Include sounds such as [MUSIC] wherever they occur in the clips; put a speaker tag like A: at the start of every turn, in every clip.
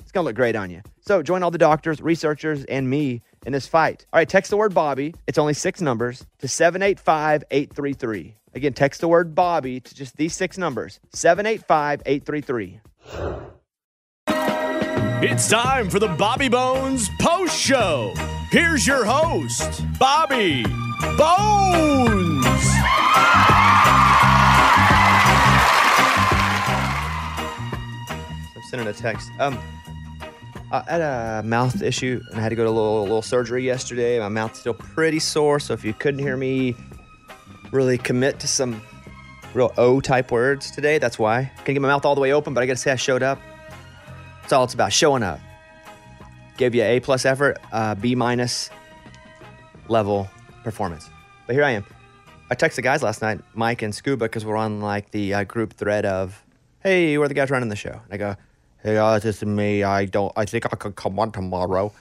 A: It's going to look great on you. So join all the doctors, researchers, and me in this fight. All right, text the word Bobby. It's only six numbers to 785 833. Again, text the word Bobby to just these six numbers 785 833.
B: It's time for the Bobby Bones Post Show. Here's your host, Bobby Bones.
A: I'm sending a text. Um, I had a mouth issue and I had to go to a little, little surgery yesterday. My mouth's still pretty sore, so if you couldn't hear me really commit to some real O type words today, that's why. Couldn't get my mouth all the way open, but I gotta say I showed up. That's all it's about, showing up. Gave you A plus effort, uh, B minus level performance. But here I am. I texted the guys last night, Mike and Scuba, because we're on like the uh, group thread of, hey, we're the guys running the show. And I go, hey guys, this is me. I don't. I think I could come on tomorrow.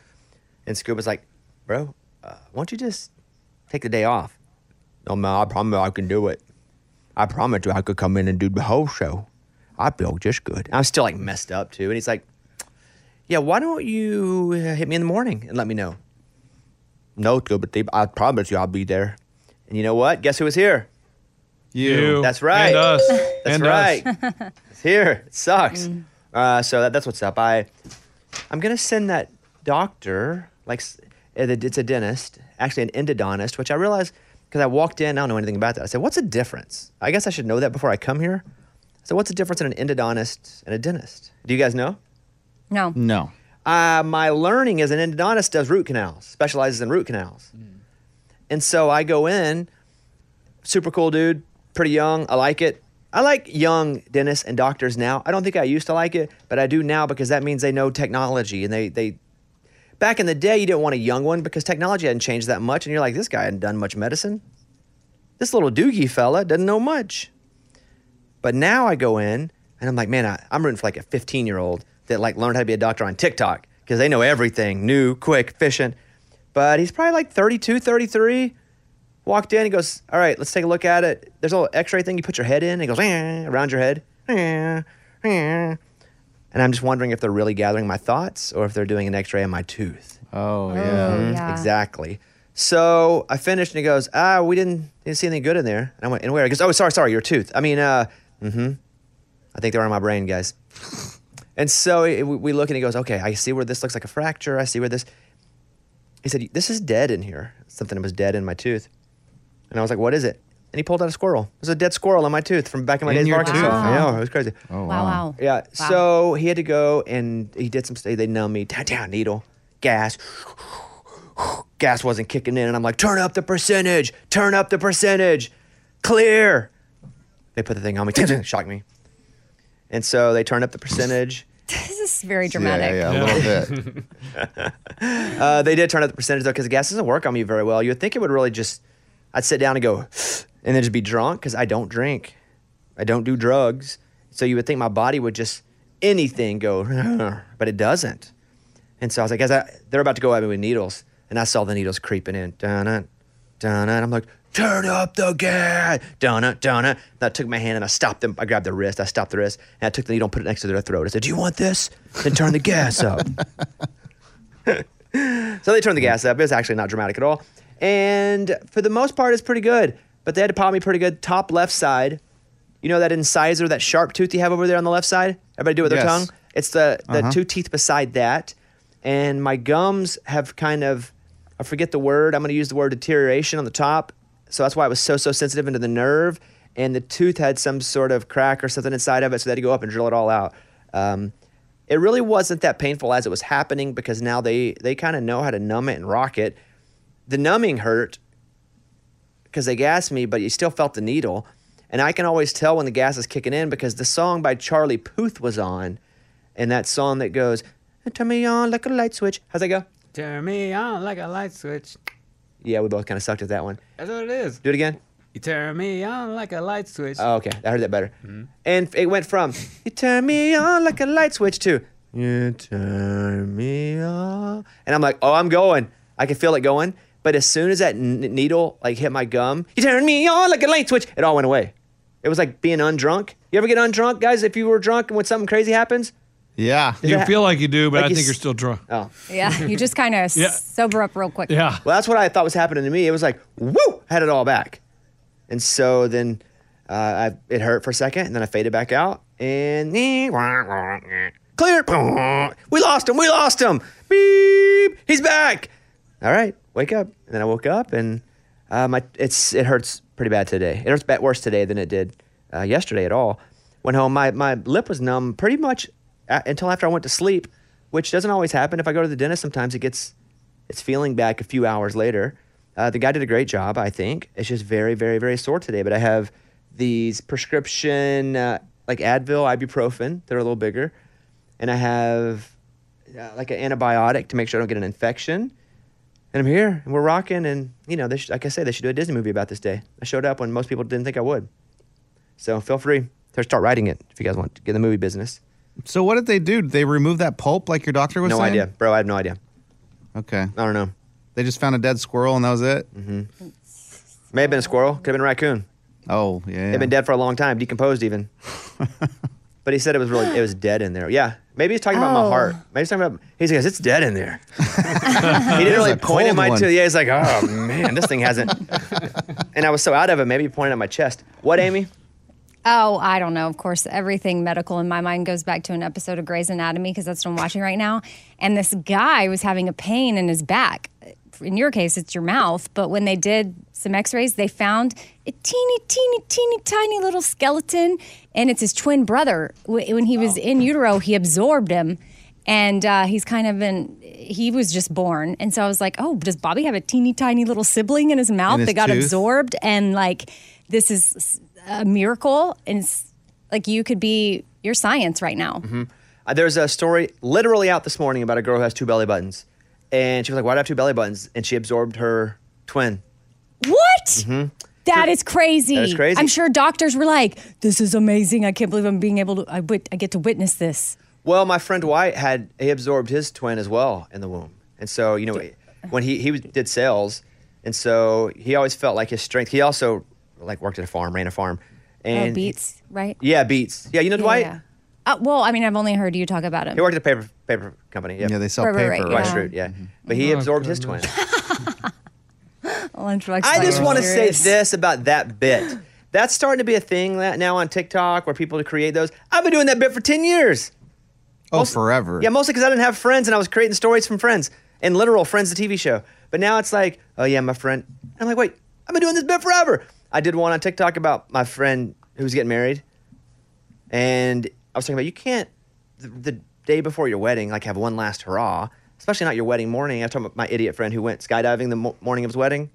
A: And Scuba's like, bro, uh, why don't you just take the day off? No man, I promise I can do it. I promise you, I could come in and do the whole show. I feel just good. I'm still like messed up too. And he's like, yeah, why don't you uh, hit me in the morning and let me know? No, Scuba, Steve, I promise you, I'll be there. And you know what? Guess who was here?
C: You.
A: That's right.
C: And us.
A: That's
C: and
A: right.
C: Us.
A: it's [LAUGHS] here. It sucks. Uh, so that, that's what's up. I, I'm gonna send that doctor like s- it- it's a dentist, actually an endodontist, which I realized because I walked in, I don't know anything about that. I said, "What's the difference?" I guess I should know that before I come here. So what's the difference in an endodontist and a dentist? Do you guys know?
D: No.
A: No. Uh, my learning is an endodontist does root canals, specializes in root canals. And so I go in, super cool dude, pretty young. I like it. I like young dentists and doctors now. I don't think I used to like it, but I do now because that means they know technology and they they back in the day you didn't want a young one because technology hadn't changed that much and you're like this guy hadn't done much medicine. This little doogie fella doesn't know much. But now I go in and I'm like, man, I, I'm rooting for like a 15 year old that like learned how to be a doctor on TikTok because they know everything, new, quick, efficient. But he's probably like 32, 33. Walked in, he goes, all right, let's take a look at it. There's a little X-ray thing you put your head in. It goes eh, around your head. Eh, eh. And I'm just wondering if they're really gathering my thoughts or if they're doing an x-ray of my tooth. Oh,
D: Mm-hmm.
E: yeah. yeah.
A: Exactly. So I finished and he goes, ah, we didn't, didn't see anything good in there. And I went, and where? He goes, oh, sorry, sorry, your tooth. I mean, uh, mm-hmm. I think they're on my brain, guys. And so it- we we look and he goes, okay, I see where this looks like a fracture. I see where this. He said, this is dead in here. Something that was dead in my tooth. And I was like, what is it? And he pulled out a squirrel. There's a dead squirrel in my tooth from back in my
F: In
A: days in
F: your
A: Arkansas.
F: tooth? Wow.
A: I know, it was crazy.
F: Oh, Wow, wow. wow.
A: Yeah.
F: Wow.
A: So he had to go and he did some stuff. They numb me, down, down, needle, gas. Gas wasn't kicking in. And I'm like, turn up the percentage, turn up the percentage, clear. They put the thing on me, shocked me. And so they turned up the percentage.
C: This is very dramatic.
D: Yeah, yeah, a
C: [LAUGHS]
D: little bit.
A: Uh, they did turn up the percentage though, because the gas doesn't work on me very well. You would think it would really just, I'd sit down and go, [SIGHS] and then just be drunk because I don't drink, I don't do drugs. So you would think my body would just anything go, [LAUGHS] but it doesn't. And so I was like, guys, I, they're about to go at me with needles, and I saw the needles creeping in. Dun it, dun it. I'm like, turn up the gas. Dun it, dun it. And I took my hand and I stopped them. I grabbed the wrist. I stopped the wrist, and I took the needle and put it next to their throat. I said, do you want this? Then turn the gas up. [LAUGHS] So they turned the gas up. It was actually not dramatic at all. And for the most part, it's pretty good. But they had to pop me pretty good. Top left side, you know that incisor, that sharp tooth you have over there on the left side? Everybody do it with their
D: Yes.
A: tongue? It's the, the two teeth beside that. And my gums have kind of, I forget the word, I'm going to use the word deterioration on the top. So that's why it was so, so sensitive into the nerve. And the tooth had some sort of crack or something inside of it. So they had to go up and drill it all out. Um, it really wasn't that painful as it was happening because now they, they kind of know how to numb it and rock it. The numbing hurt because they gassed me, but you still felt the needle. And I can always tell when the gas is kicking in because the song by Charlie Puth was on, and that song that goes "Turn me on like a light switch." How's that go?
E: Turn me on like a light switch.
A: Yeah, we both kind of sucked at that one.
E: That's what it is.
A: Do it again.
E: You turn me on like a light switch.
A: Oh, okay, I heard that better.
F: Mm-hmm.
A: And it went from "You turn me on like a light switch" to "You turn me on," and I'm like, "Oh, I'm going." I can feel it going. But as soon as that n- needle like hit my gum, "You turn me on like a light switch," it all went away. It was like being undrunk. You ever get undrunk, guys? If you were drunk and when something crazy happens,
D: yeah.
A: Yeah.
F: You feel like you do, but
A: Like
F: I
A: you
F: think
A: s-
F: you're still drunk.
A: oh,
C: Yeah, you just kind of
F: [LAUGHS] Yeah.
C: sober up real quick.
F: Yeah.
A: Well, that's what I thought was happening to me. It was like, woo, had it all back. And so then uh, I, it hurt for a second, and then I faded back out, and clear. We lost him. We lost him. Beep. He's back. All right, wake up. And then I woke up, and uh, my it's it hurts pretty bad today. It hurts bad, worse today than it did uh, yesterday at all. Went home. My my lip was numb pretty much a- until after I went to sleep, which doesn't always happen. If I go to the dentist, sometimes it gets it's feeling back a few hours later. Uh, the guy did a great job, I think. It's just very, very, very sore today. But I have these prescription uh, like Advil, ibuprofen. They're a little bigger, and I have uh, like an antibiotic to make sure I don't get an infection. And I'm here, and we're rocking. And you know, they should, like I say, they should do a Disney movie about this day. I showed up when most people didn't think I would. So feel free to start writing it if you guys want to get in the movie business.
D: So what did they do? Did they remove that pulp like your doctor was
A: No
D: saying?
A: idea, bro. I have no idea.
D: Okay.
A: I don't know.
D: They just found a dead squirrel and that was it?
A: May have been a squirrel. Could have been a raccoon.
D: Oh, yeah.
A: They've been dead for a long time, decomposed
D: [LAUGHS]
A: even. but he said it was really it was dead in there. Yeah. Maybe he's talking about my
C: Oh.
A: heart. Maybe he's talking about he's like, it's dead in
D: [LAUGHS]
A: there. he didn't really
D: a
A: point at
D: cold
A: my
D: one.
A: tooth. Yeah, he's like, oh man, this thing
D: [LAUGHS]
A: hasn't. and I was so out of it, maybe he pointed at my chest. What, Amy?
C: Oh, I don't know. Of course, everything medical in my mind goes back to an episode of Grey's Anatomy because that's what I'm watching right now. And this guy was having a pain in his back. In your case, it's your mouth. But when they did some x rays, they found a teeny, teeny, teeny, tiny little skeleton. And it's his twin brother. Wh- When he was
D: Oh.
C: in utero, he absorbed him. And uh, he's kind of been, he was just born. And so I was like, oh, does Bobby have a teeny, tiny little sibling in his mouth
D: In his
C: that got
D: tooth?
C: absorbed? And like, this is a miracle and s- like you could be your science right now.
A: Uh, There's a story literally out this morning about a girl who has two belly buttons. And she was like, Why do I have two belly buttons? And she absorbed her twin.
C: What? That is crazy.
A: Mm-hmm. That is crazy.
C: I'm sure doctors were like, "This is amazing. I can't believe I'm being able to. I, wit- I get to witness this."
A: Well, my friend White had he absorbed his twin as well in the womb, and so you know when he he was- did sales, and so he always felt like his strength. He also like worked at a farm, ran a farm, and
C: oh, beats, right?
A: Yeah, beats. Yeah, you know Dwight.
C: yeah. Uh, well, I mean, I've only heard you talk about him.
A: He worked at a paper paper company. Yeah,
D: yeah, they sell Mm-hmm.
C: Right, right,
D: paper.
C: right,
A: Dwight
C: yeah.
A: Schrute. Yeah, but he absorbed his twin.
C: Well, I'm like,
A: I just
C: I'm
A: want to say
C: serious.
A: this about that bit. That's starting to be a thing that- now on TikTok where people create those. I've been doing that bit for ten years.
D: Oh, forever.
A: Yeah, mostly because I didn't have friends and I was creating stories from friends and literal friends, the TV show. But now it's like, oh yeah, my friend. I'm like, wait, I've been doing this bit forever. I did one on TikTok about my friend who was getting married, and I was talking about you can't the, the day before your wedding like have one last hurrah, especially not your wedding morning. I was talking about my idiot friend who went skydiving the mo- morning of his wedding,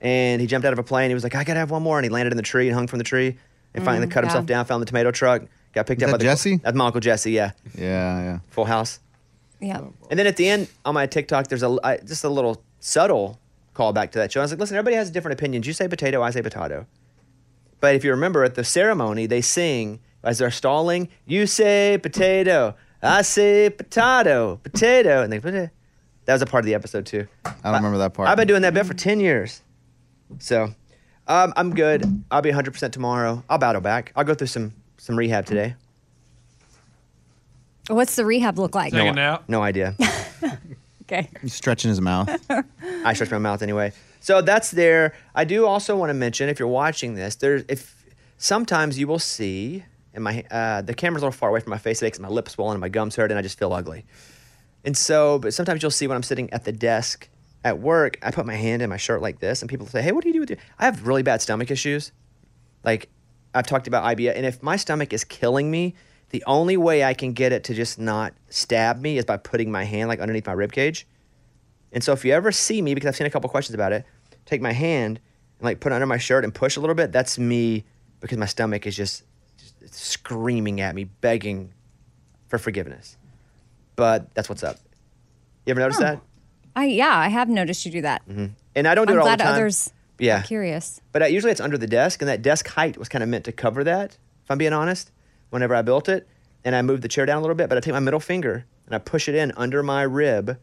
A: and he jumped out of a plane. He was like, I gotta have one more, and he landed in the tree and hung from the tree, and finally cut himself
C: yeah.
A: down, found the tomato truck, Got picked
D: Is
A: up by
D: that
A: the
D: Jesse?
A: That's my uncle Jesse. Yeah,
D: Yeah, yeah.
A: Full House.
C: Yeah.
A: And then at the end on my TikTok, there's a I, just a little subtle callback to that show. I was like, listen, everybody has different opinions. You say potato, I say potato. But if you remember at the ceremony, they sing as they're stalling. You say potato, I say potato, potato, and they that was a part of the episode too.
D: I don't remember that part.
A: I've been doing that bit for ten years, so um, I'm good. I'll be 100 percent tomorrow. I'll battle back. I'll go through some some rehab today.
C: What's the rehab look like?
F: Taking out.
A: No idea.
C: Okay.
D: He's stretching his mouth.
A: I stretch my mouth anyway. So that's there. I do also want to mention if you're watching this, there's if sometimes you will see, and my uh, the camera's a little far away from my face, it makes my lips swollen and my gums hurt, and I just feel ugly. And so, but sometimes you'll see when I'm sitting at the desk at work, I put my hand in my shirt like this, and people say, "Hey, what do you do with your?" I have really bad stomach issues. Like I've talked about IBS, and if my stomach is killing me, the only way I can get it to just not stab me is by putting my hand like underneath my rib cage. And so if you ever see me, because I've seen a couple questions about it, take my hand and like put it under my shirt and push a little bit. That's me because my stomach is just, just screaming at me, begging for forgiveness. But that's what's up. You ever
C: Oh.
A: notice that?
C: I yeah, I have noticed you do that.
A: And I don't do
C: I'm
A: it all
C: glad
A: the time.
C: others
A: yeah,
C: are curious.
A: but uh, usually it's under the desk, and that desk height was kind of meant to cover that. If I'm being honest, whenever I built it, and I moved the chair down a little bit, but I take my middle finger and I push it in under my rib,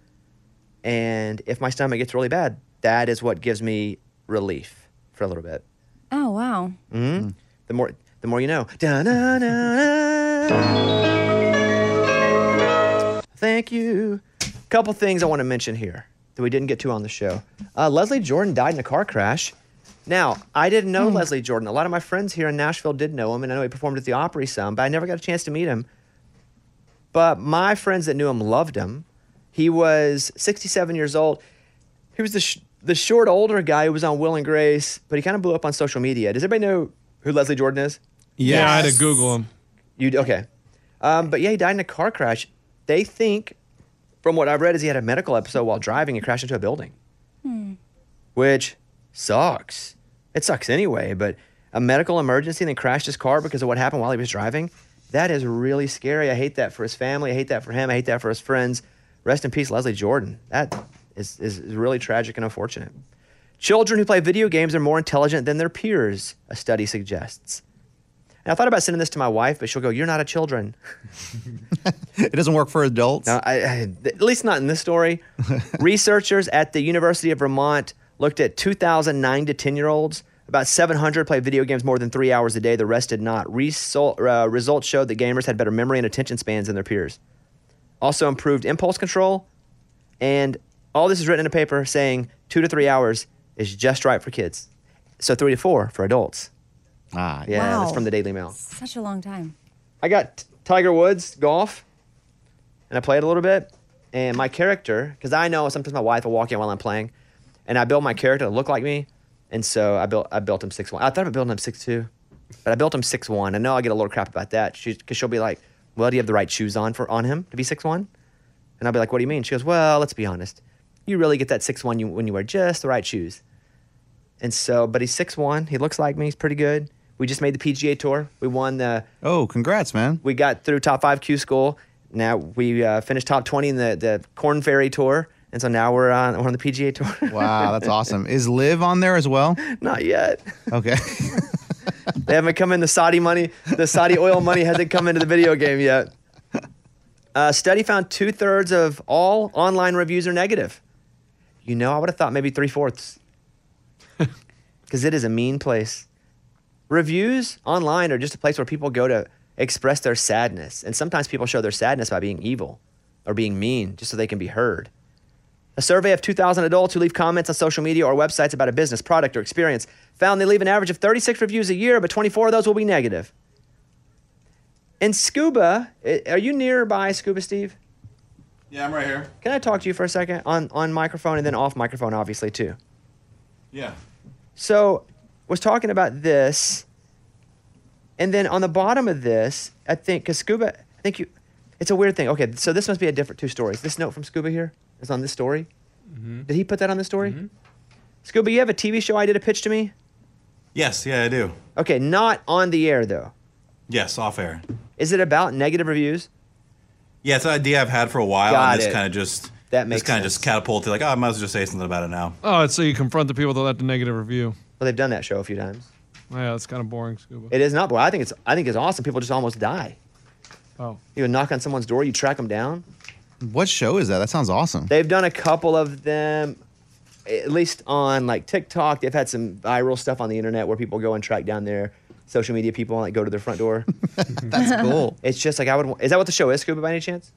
A: and if my stomach gets really bad, that is what gives me relief for a little bit.
C: Oh wow.
A: The more, the more you know. Da-na-na-na. Thank you. Couple things I want to mention here that we didn't get to on the show. Uh, Leslie Jordan died in a car crash. Now, I didn't know Leslie Jordan. A lot of my friends here in Nashville did know him, and I know he performed at the Opry some, but I never got a chance to meet him. But my friends that knew him loved him. He was 67 years old. He was the, sh- the short, older guy who was on Will and Grace, but he kind of blew up on social media. Does everybody know who Leslie Jordan is?
F: Yeah, I had to Google him.
A: You okay? Um, but yeah, he died in a car crash. They think, from what I've read, is he had a medical episode while driving and crashed into a building, which sucks. It sucks anyway. But a medical emergency and then crashed his car because of what happened while he was driving. That is really scary. I hate that for his family. I hate that for him. I hate that for his friends. Rest in peace, Leslie Jordan. That is, is, is really tragic and unfortunate. Children who play video games are more intelligent than their peers, a study suggests. And I thought about sending this to my wife, but she'll go, "You're not a children." [LAUGHS]
D: It doesn't work for adults.
A: No, I, I, at least not in this story. Researchers at the University of Vermont looked at 2,009 to 10 year olds. About 700 played video games more than three hours a day. The rest did not. Result, uh, results showed that gamers had better memory and attention spans than their peers. Also improved impulse control. And all this is written in a paper saying two to three hours is just right for kids. So three to four for adults.
D: Ah, yeah.
A: Yeah, that's
C: Wow.
A: from the Daily Mail.
C: Such a long time.
A: I got Tiger Woods golf, and I played a little bit. And my character, because I know sometimes my wife will walk in while I'm playing, and I build my character to look like me. And so I built I built him six one. I thought about building him six two, but I built him six one. I know I get a little crap about that. She because she'll be like, "Well, do you have the right shoes on for on him to be six one?" And I'll be like, "What do you mean?" She goes, "Well, let's be honest. You really get that six one you, when you wear just the right shoes." And so, but he's six one. He looks like me. He's pretty good. We just made the PGA tour. We won the
D: Oh, congrats, man.
A: we got through top five Q school. Now we uh, finished top twenty in the, the Corn Ferry tour, and so now we're on we're on the PGA tour. [LAUGHS]
D: Wow, that's awesome. Is Liv on there as well?
A: Not yet.
D: Okay. [LAUGHS]
A: They haven't come in. The Saudi money, the Saudi oil money hasn't come into the video game yet. A study found two thirds of all online reviews are negative. You know, I would have thought maybe three fourths, because it is a mean place. Reviews online are just a place where people go to express their sadness, and sometimes people show their sadness by being evil or being mean, just so they can be heard. A survey of 2,000 adults who leave comments on social media or websites about a business, product, or experience found they leave an average of 36 reviews a year, but 24 of those will be negative. In scuba, i- are you nearby scuba, Steve?
G: Yeah, I'm right here.
A: Can I talk to you for a second on, on microphone and then off microphone, obviously, too?
G: Yeah.
A: So, was talking about this, and then on the bottom of this, I think because scuba, I think you, it's a weird thing. Okay, so this must be a different two stories. This note from scuba here is on this story. Did he put that on the story? Scuba, you have a TV show I did a pitch to me.
G: Yes, yeah, I do.
A: Okay, not on the air though.
G: Yes, off air.
A: Is it about negative reviews?
G: Yeah, it's an idea I've had for a while,
A: Got
G: and
A: it.
G: this kind of just
A: That makes
G: this kind of
A: sense.
G: just catapulted. Like, oh, I might as well just say something about it now.
F: Oh, it's so you confront the people that left a negative review.
A: Well, they've done that show a few times.
F: Yeah, it's kind of boring, Scuba.
A: It is not boring. I think it's I think it's awesome. People just almost die.
F: oh,
A: You knock on someone's door, you track them down.
D: What show is that? That sounds awesome.
A: They've done a couple of them, at least on like TikTok. They've had some viral stuff on the internet where people go and track down their social media people and like go to their front
G: [LAUGHS]
A: door.
D: That's cool.
A: it's just like I would. wa- Is that what the show is, Scuba, by any chance?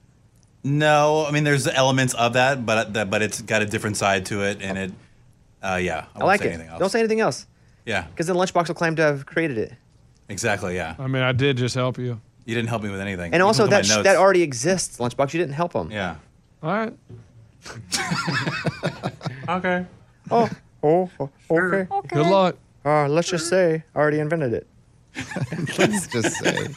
G: No, I mean, there's elements of that, but that, but it's got a different side to it, and it, uh, yeah, I,
A: I like
G: say
A: it.
G: Anything else.
A: Don't say anything else,
G: Yeah,
A: because then Lunchbox will claim to have created it.
G: exactly. Yeah,
F: I mean, I did just help you.
G: you didn't help me with anything.
A: And
G: You
A: also
G: looked at
A: that
G: my
A: sh-
G: notes.
A: that already exists, Lunchbox. You didn't help them.
G: Yeah.
F: All right.
E: Okay.
A: Oh, oh, oh, okay.
C: Okay.
F: Good luck.
A: Uh, let's just say I already invented it.
D: Let's [LAUGHS] just say.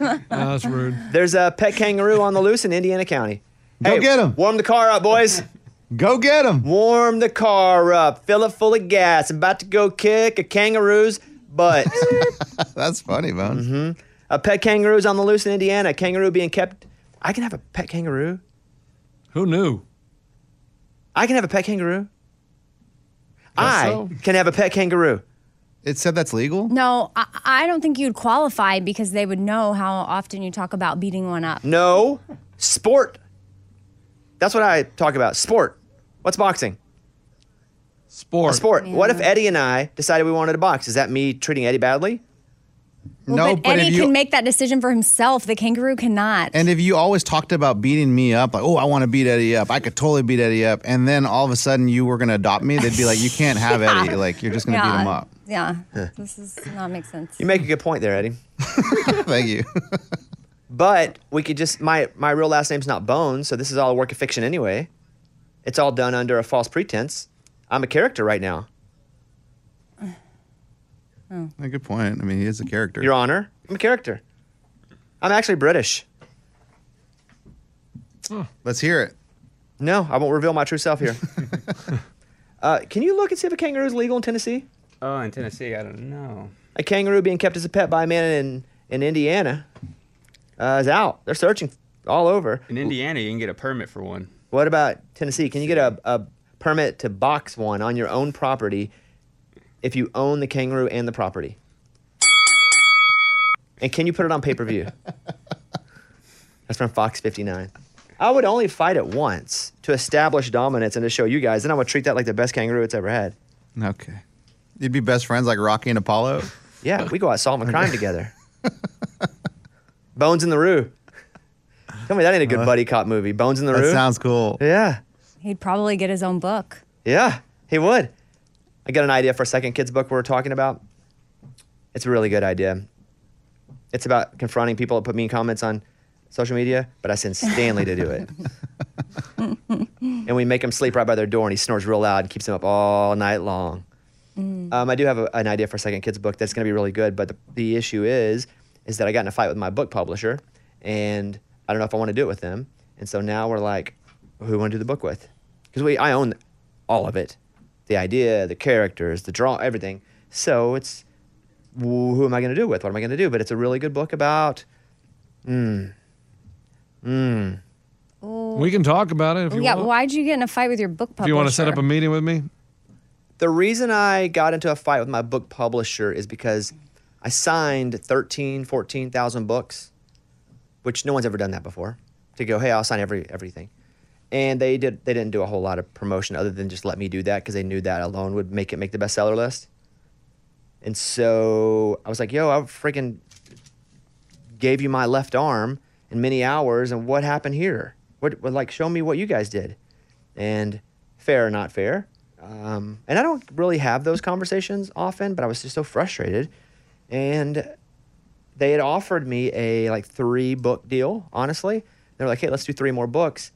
F: Nah,
E: [LAUGHS]
F: that's rude.
A: There's a pet kangaroo on the loose in Indiana County.
D: Go get 'em.
A: Warm the car up, boys.
D: Go get him.
A: Warm the car up. Fill it full of gas. About to go kick a kangaroo's butt.
D: That's funny, Bone.
A: a pet kangaroo's on the loose in Indiana. Kangaroo being kept. I can have a pet kangaroo.
F: Who knew?
A: I can have a pet kangaroo. I
F: so.
A: can have a pet kangaroo.
D: It said that's legal?
C: No, I, I don't think you'd qualify because they would know how often you talk about beating one up.
A: No, sport. That's what I talk about. Sport. What's boxing?
F: Sport.
A: Sport. What if Eddie and I decided we wanted to box? Is that me treating Eddie badly?
D: no,
C: but,
D: if
C: Eddie
D: you
C: can make that decision for himself. The kangaroo cannot.
D: and if you always talked about beating me up, like, oh, I want to beat Eddie up, I could totally beat Eddie up, and then all of a sudden you were gonna adopt me, they'd be like, you can't
C: [LAUGHS]
D: have Eddie, like you're just gonna beat him up.
C: Yeah, this does not make sense.
A: You make a good point there, Eddie.
D: [LAUGHS] Thank you.
A: But we could just my my real last name's not Bones, so this is all a work of fiction anyway. It's all done under a false pretense. I'm a character right now,
D: Good point. I mean, he is a character.
A: Your Honor. I'm a character. I'm actually British.
D: Let's hear it.
A: No, I won't reveal my true self here. uh, can you look and see if a kangaroo is legal in Tennessee?
E: Oh, in Tennessee, I don't know.
A: A kangaroo being kept as a pet by a man in in Indiana uh, is out. They're searching all over.
E: In Indiana, you can get a permit for one.
A: What about Tennessee? Can you get a, a permit to box one on your own property if you own the kangaroo and the property? And can you put it on pay per
D: [LAUGHS]
A: view? That's from Fox 59. I would only fight it once to establish dominance and to show you guys. Then I would treat that like the best kangaroo it's ever had.
D: Okay. You'd be best friends like Rocky and Apollo.
A: Yeah, we go out
D: [LAUGHS]
A: solving crime together. Bones in the Roo. Tell me that ain't a good buddy cop movie. Bones in the Roo.
D: Uh, That sounds cool.
A: yeah.
C: He'd probably get his own book.
A: Yeah, he would. I got an idea for a second kids book we we're talking about. It's a really good idea. It's about confronting people that put mean comments on social media, but I send Stanley to do it. and we make him sleep right by their door, and he snores real loud and keeps him up all night long. Um, I do have a, an idea for a second kids book that's going to be really good, but the, the issue is, is that I got in a fight with my book publisher, and I don't know if I want to do it with them. And so now we're like, who want to do the book with? Because we, I own all of it, the idea, the characters, the draw, everything. So it's, wh- who am I going to do it with? What am I going to do? But it's a really good book about.
F: We can talk about it if you
C: Yeah,
F: want.
C: why'd you get in a fight with your book publisher?
F: if you want to set up a meeting with me,
A: The reason I got into a fight with my book publisher is because I signed 13, 14,000 books, which no one's ever done that before, to go, hey, I'll sign every everything. And they did they didn't do a whole lot of promotion other than just let me do that because they knew that alone would make it make the bestseller list. And so I was like, yo, I freaking gave you my left arm in many hours and what happened here? What, what like show me what you guys did. And fair or not fair. Um, and I don't really have those conversations often, but I was just so frustrated. And they had offered me a like three book deal, honestly. They were like, hey, let's do three more books.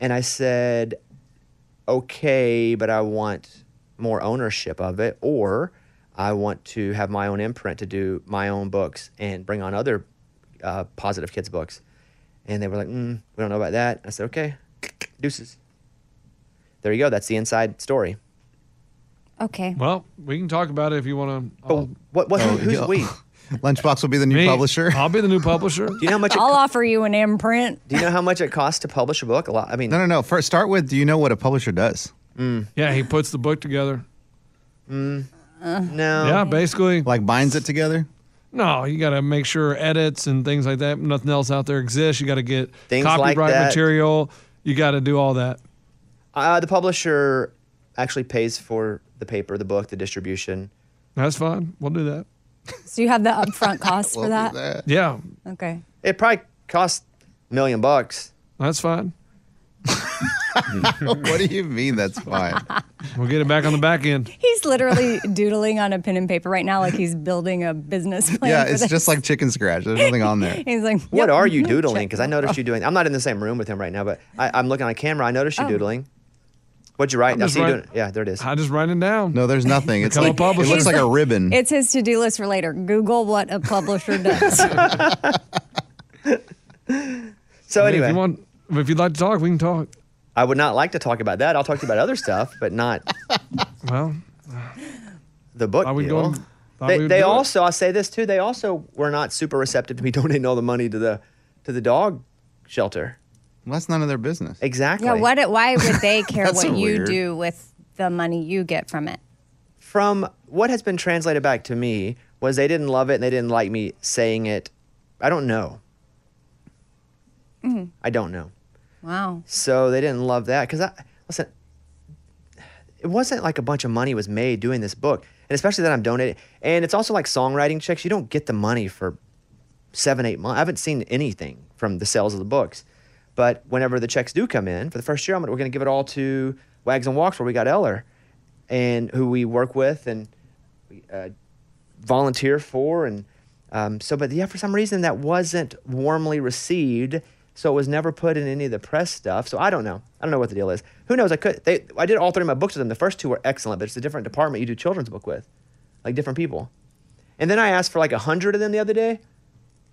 A: And I said, okay, but I want more ownership of it, or I want to have my own imprint to do my own books and bring on other uh, positive kids' books. And they were like, mm, we don't know about that. I said, okay, deuces. There you go. That's the inside story.
C: Okay.
F: well, we can talk about it if you want to.
A: But what, what, [LAUGHS]
D: Oh,
A: who's
D: yeah.
A: we?
D: [LAUGHS] Lunchbox will be the new
F: Me?
D: publisher.
F: I'll be the
A: [LAUGHS]
F: new publisher.
A: Do you know how much? It,
C: I'll offer you an imprint.
A: do you know how much it costs to publish a book? A lot. I mean,
D: [LAUGHS] No, no, no. First, start with do you know what a publisher does?
F: Yeah, he puts the book together.
A: no.
F: Yeah, basically.
D: Like binds it together?
F: No, you got to make sure edits and things like that. Nothing else out there exists. You got to get
A: Things like
F: copyright
A: that.
F: material. You got to do all that.
A: Uh, the publisher actually pays for the paper, the book, the distribution.
F: That's fine. We'll do that.
C: So you have
D: [LAUGHS]
C: the upfront cost for that?
F: Yeah,
C: Okay.
A: It probably costs a million bucks.
F: that's fine.
D: [LAUGHS] what do you mean that's fine?
F: We'll get it back on the back end.
C: He's literally doodling on a pen and paper right now, like he's building a business plan.
D: yeah,
C: for
D: it's
C: this.
D: just like chicken scratch. There's nothing on there.
C: [LAUGHS] He's like,
A: What
C: "Yep,
A: are you
C: mhm,
A: doodling?
C: [LAUGHS] check."
A: Because I noticed you doing. I'm not in the same room with him right now, but I, I'm looking on camera. I noticed you
C: Oh.
A: doodling. What'd you write? I
F: just
A: see you
F: write-
A: doing. Yeah, there it is.
F: I just write it down.
D: No, there's nothing. It's
F: Become a
D: like, it
F: publisher.
D: looks like a ribbon.
C: It's his to do list for later. Google what a publisher does.
A: So
F: Hey, If
A: anyway,
F: you want, if you'd like to talk, we can talk.
A: I would not like to talk about that. I'll talk to you about other stuff, but
C: [LAUGHS]
A: not
F: Well,
A: the book
F: I would
A: deal.
F: go. and- thought we
A: they
F: would
A: they
F: do it.
A: also, I'll say this too. They also were not super receptive to me [LAUGHS] donating all the money to the to the dog shelter.
D: Well, that's none of their business.
A: Exactly.
C: yeah, what? Why would they care
D: That's
C: what you
D: weird.
C: do with the money you get from it?
A: from what has been translated back to me was they didn't love it and they didn't like me saying it. I don't know.
C: Mm-hmm.
A: I don't know.
C: Wow.
A: So they didn't love that because I listen. It wasn't like a bunch of money was made doing this book, and especially that I'm donating. And it's also like songwriting checks. You don't get the money for seven, eight months. I haven't seen anything from the sales of the books. But whenever the checks do come in for the first year, I'm, we're going to give it all to Wags and Walks, where we got Eller, and who we work with and we, uh, volunteer for, and um, so. But yeah, for some reason that wasn't warmly received, so it was never put in any of the press stuff. So I don't know. I don't know what the deal is. Who knows? I could. They. I did all three of my books with them. The first two were excellent, but it's a different department you do children's book with, like different people. And then I asked for like a hundred of them the other day,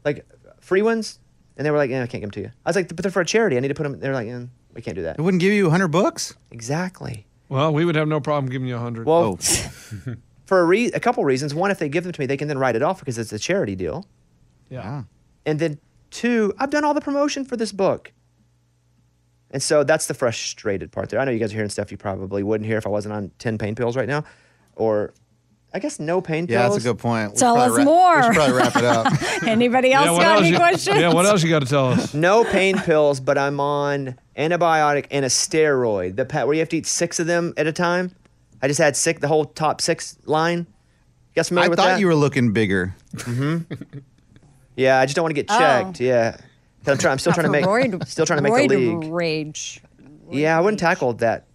A: like free ones, and they were like, "Yeah, I can't give them to you." I was like, "But they're for a charity. I need to put them." They're like, "Eh, "We can't do that."
D: It wouldn't give you 100 bucks?
A: Exactly.
F: Well, we would have no problem giving you a hundred.
C: Oh.
D: Oh,
C: [LAUGHS]
A: Well, for a, re- a couple reasons. One, if they give them to me, they can then write it off because it's a charity deal.
F: yeah.
A: And then two, I've done all the promotion for this book. And so that's the frustrated part there. I know you guys are hearing stuff you probably wouldn't hear if I wasn't on 10 pain pills right now. Or I guess no pain
D: Yeah,
A: pills.
D: that's a good point. We should
C: Tell
D: probably
C: us
D: wrap-
C: more.
D: We should probably wrap it
C: [LAUGHS]
D: up.
C: Anybody else
F: yeah, what
C: got any
F: you,
C: questions? [LAUGHS]
F: Yeah, what else you got to tell
A: [LAUGHS]
F: us?
A: No pain pills, but I'm on antibiotic and a steroid. The pat where you have to eat six of them at a time. I just had six, the whole top six line. You guys familiar
D: I
A: with
D: thought
A: that?
D: you were looking bigger.
A: yeah, I just don't want to get checked.
C: Oh.
A: Yeah, I'm trying. I'm still trying to make.
C: Roid-
A: still trying to make the
C: roid
A: league.
C: Rage.
A: Yeah, I wouldn't tackle that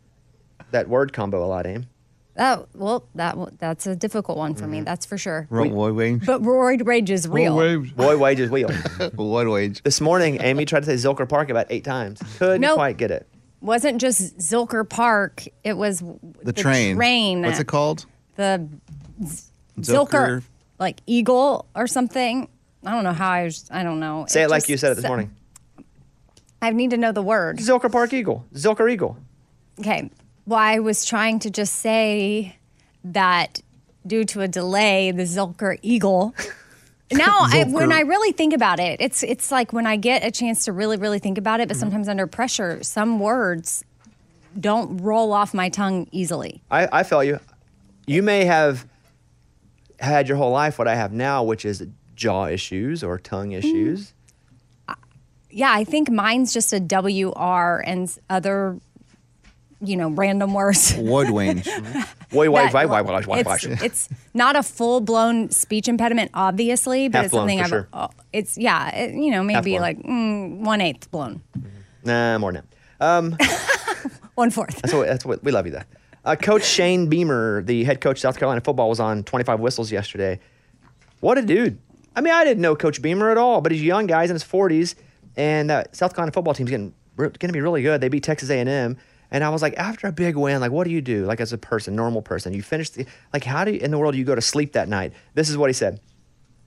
A: that word combo a lot, Aim.
C: Oh well, that w- that's a difficult one for me. That's for sure.
D: Roid wage.
C: But roid rage is real.
F: Four waves.
A: Boy, wages wheel.
D: What wage?
A: this morning, Amy tried to say Zilker Park about eight times. Couldn't
C: Nope.
A: quite get it.
C: Wasn't just Zilker Park. It was the,
D: The train.
C: Train.
D: What's it called?
C: The z- Zilker,
D: Zilker.
C: like eagle or something. I don't know how I. Was, I don't know.
A: Say it, like
C: just
A: you said it this
C: sa-
A: morning.
C: I need to know the word.
A: Zilker Park Eagle. Zilker Eagle.
C: Okay. Well, I was trying to just say that due to a delay, the Zilker
A: [LAUGHS]
C: Eagle. Now, I, when I really think about it, it's it's like when I get a chance to really, really think about it.
A: Mm-hmm.
C: But sometimes under pressure, some words don't roll off my tongue easily.
A: I, I felt you. You may have had your whole life what I have now, which is jaw issues or
C: Hmm.
A: tongue issues.
C: Yeah, I think mine's just a W R and s- other, you know, random
A: [LAUGHS]
C: words.
D: Wood
C: [LAUGHS]
D: wage.
A: Why, why,
C: that-
A: why, why, why, why, why?
C: it's, it's not a full blown speech impediment, obviously, but it's
A: Half-blown,
C: something
A: for
C: I've.
A: sure.
C: uh, It's yeah, it, you know, maybe
A: Half-blown.
C: like mm, one eighth blown,
A: Nah, more now.
C: one fourth.
A: That's what, that's what we love you though. Uh, coach Shane Beamer, the head coach of South Carolina football, was on 25 whistles yesterday. What a dude! I mean, I didn't know Coach Beamer at all, but he's a young guy, he's in his 40s, and that South Carolina football team's getting going to be really good. They beat Texas A&M, and I was like, after a big win, like, what do you do? Like as a person, normal person, you finish the like, how do you, in the world do you go to sleep that night? This is what he said.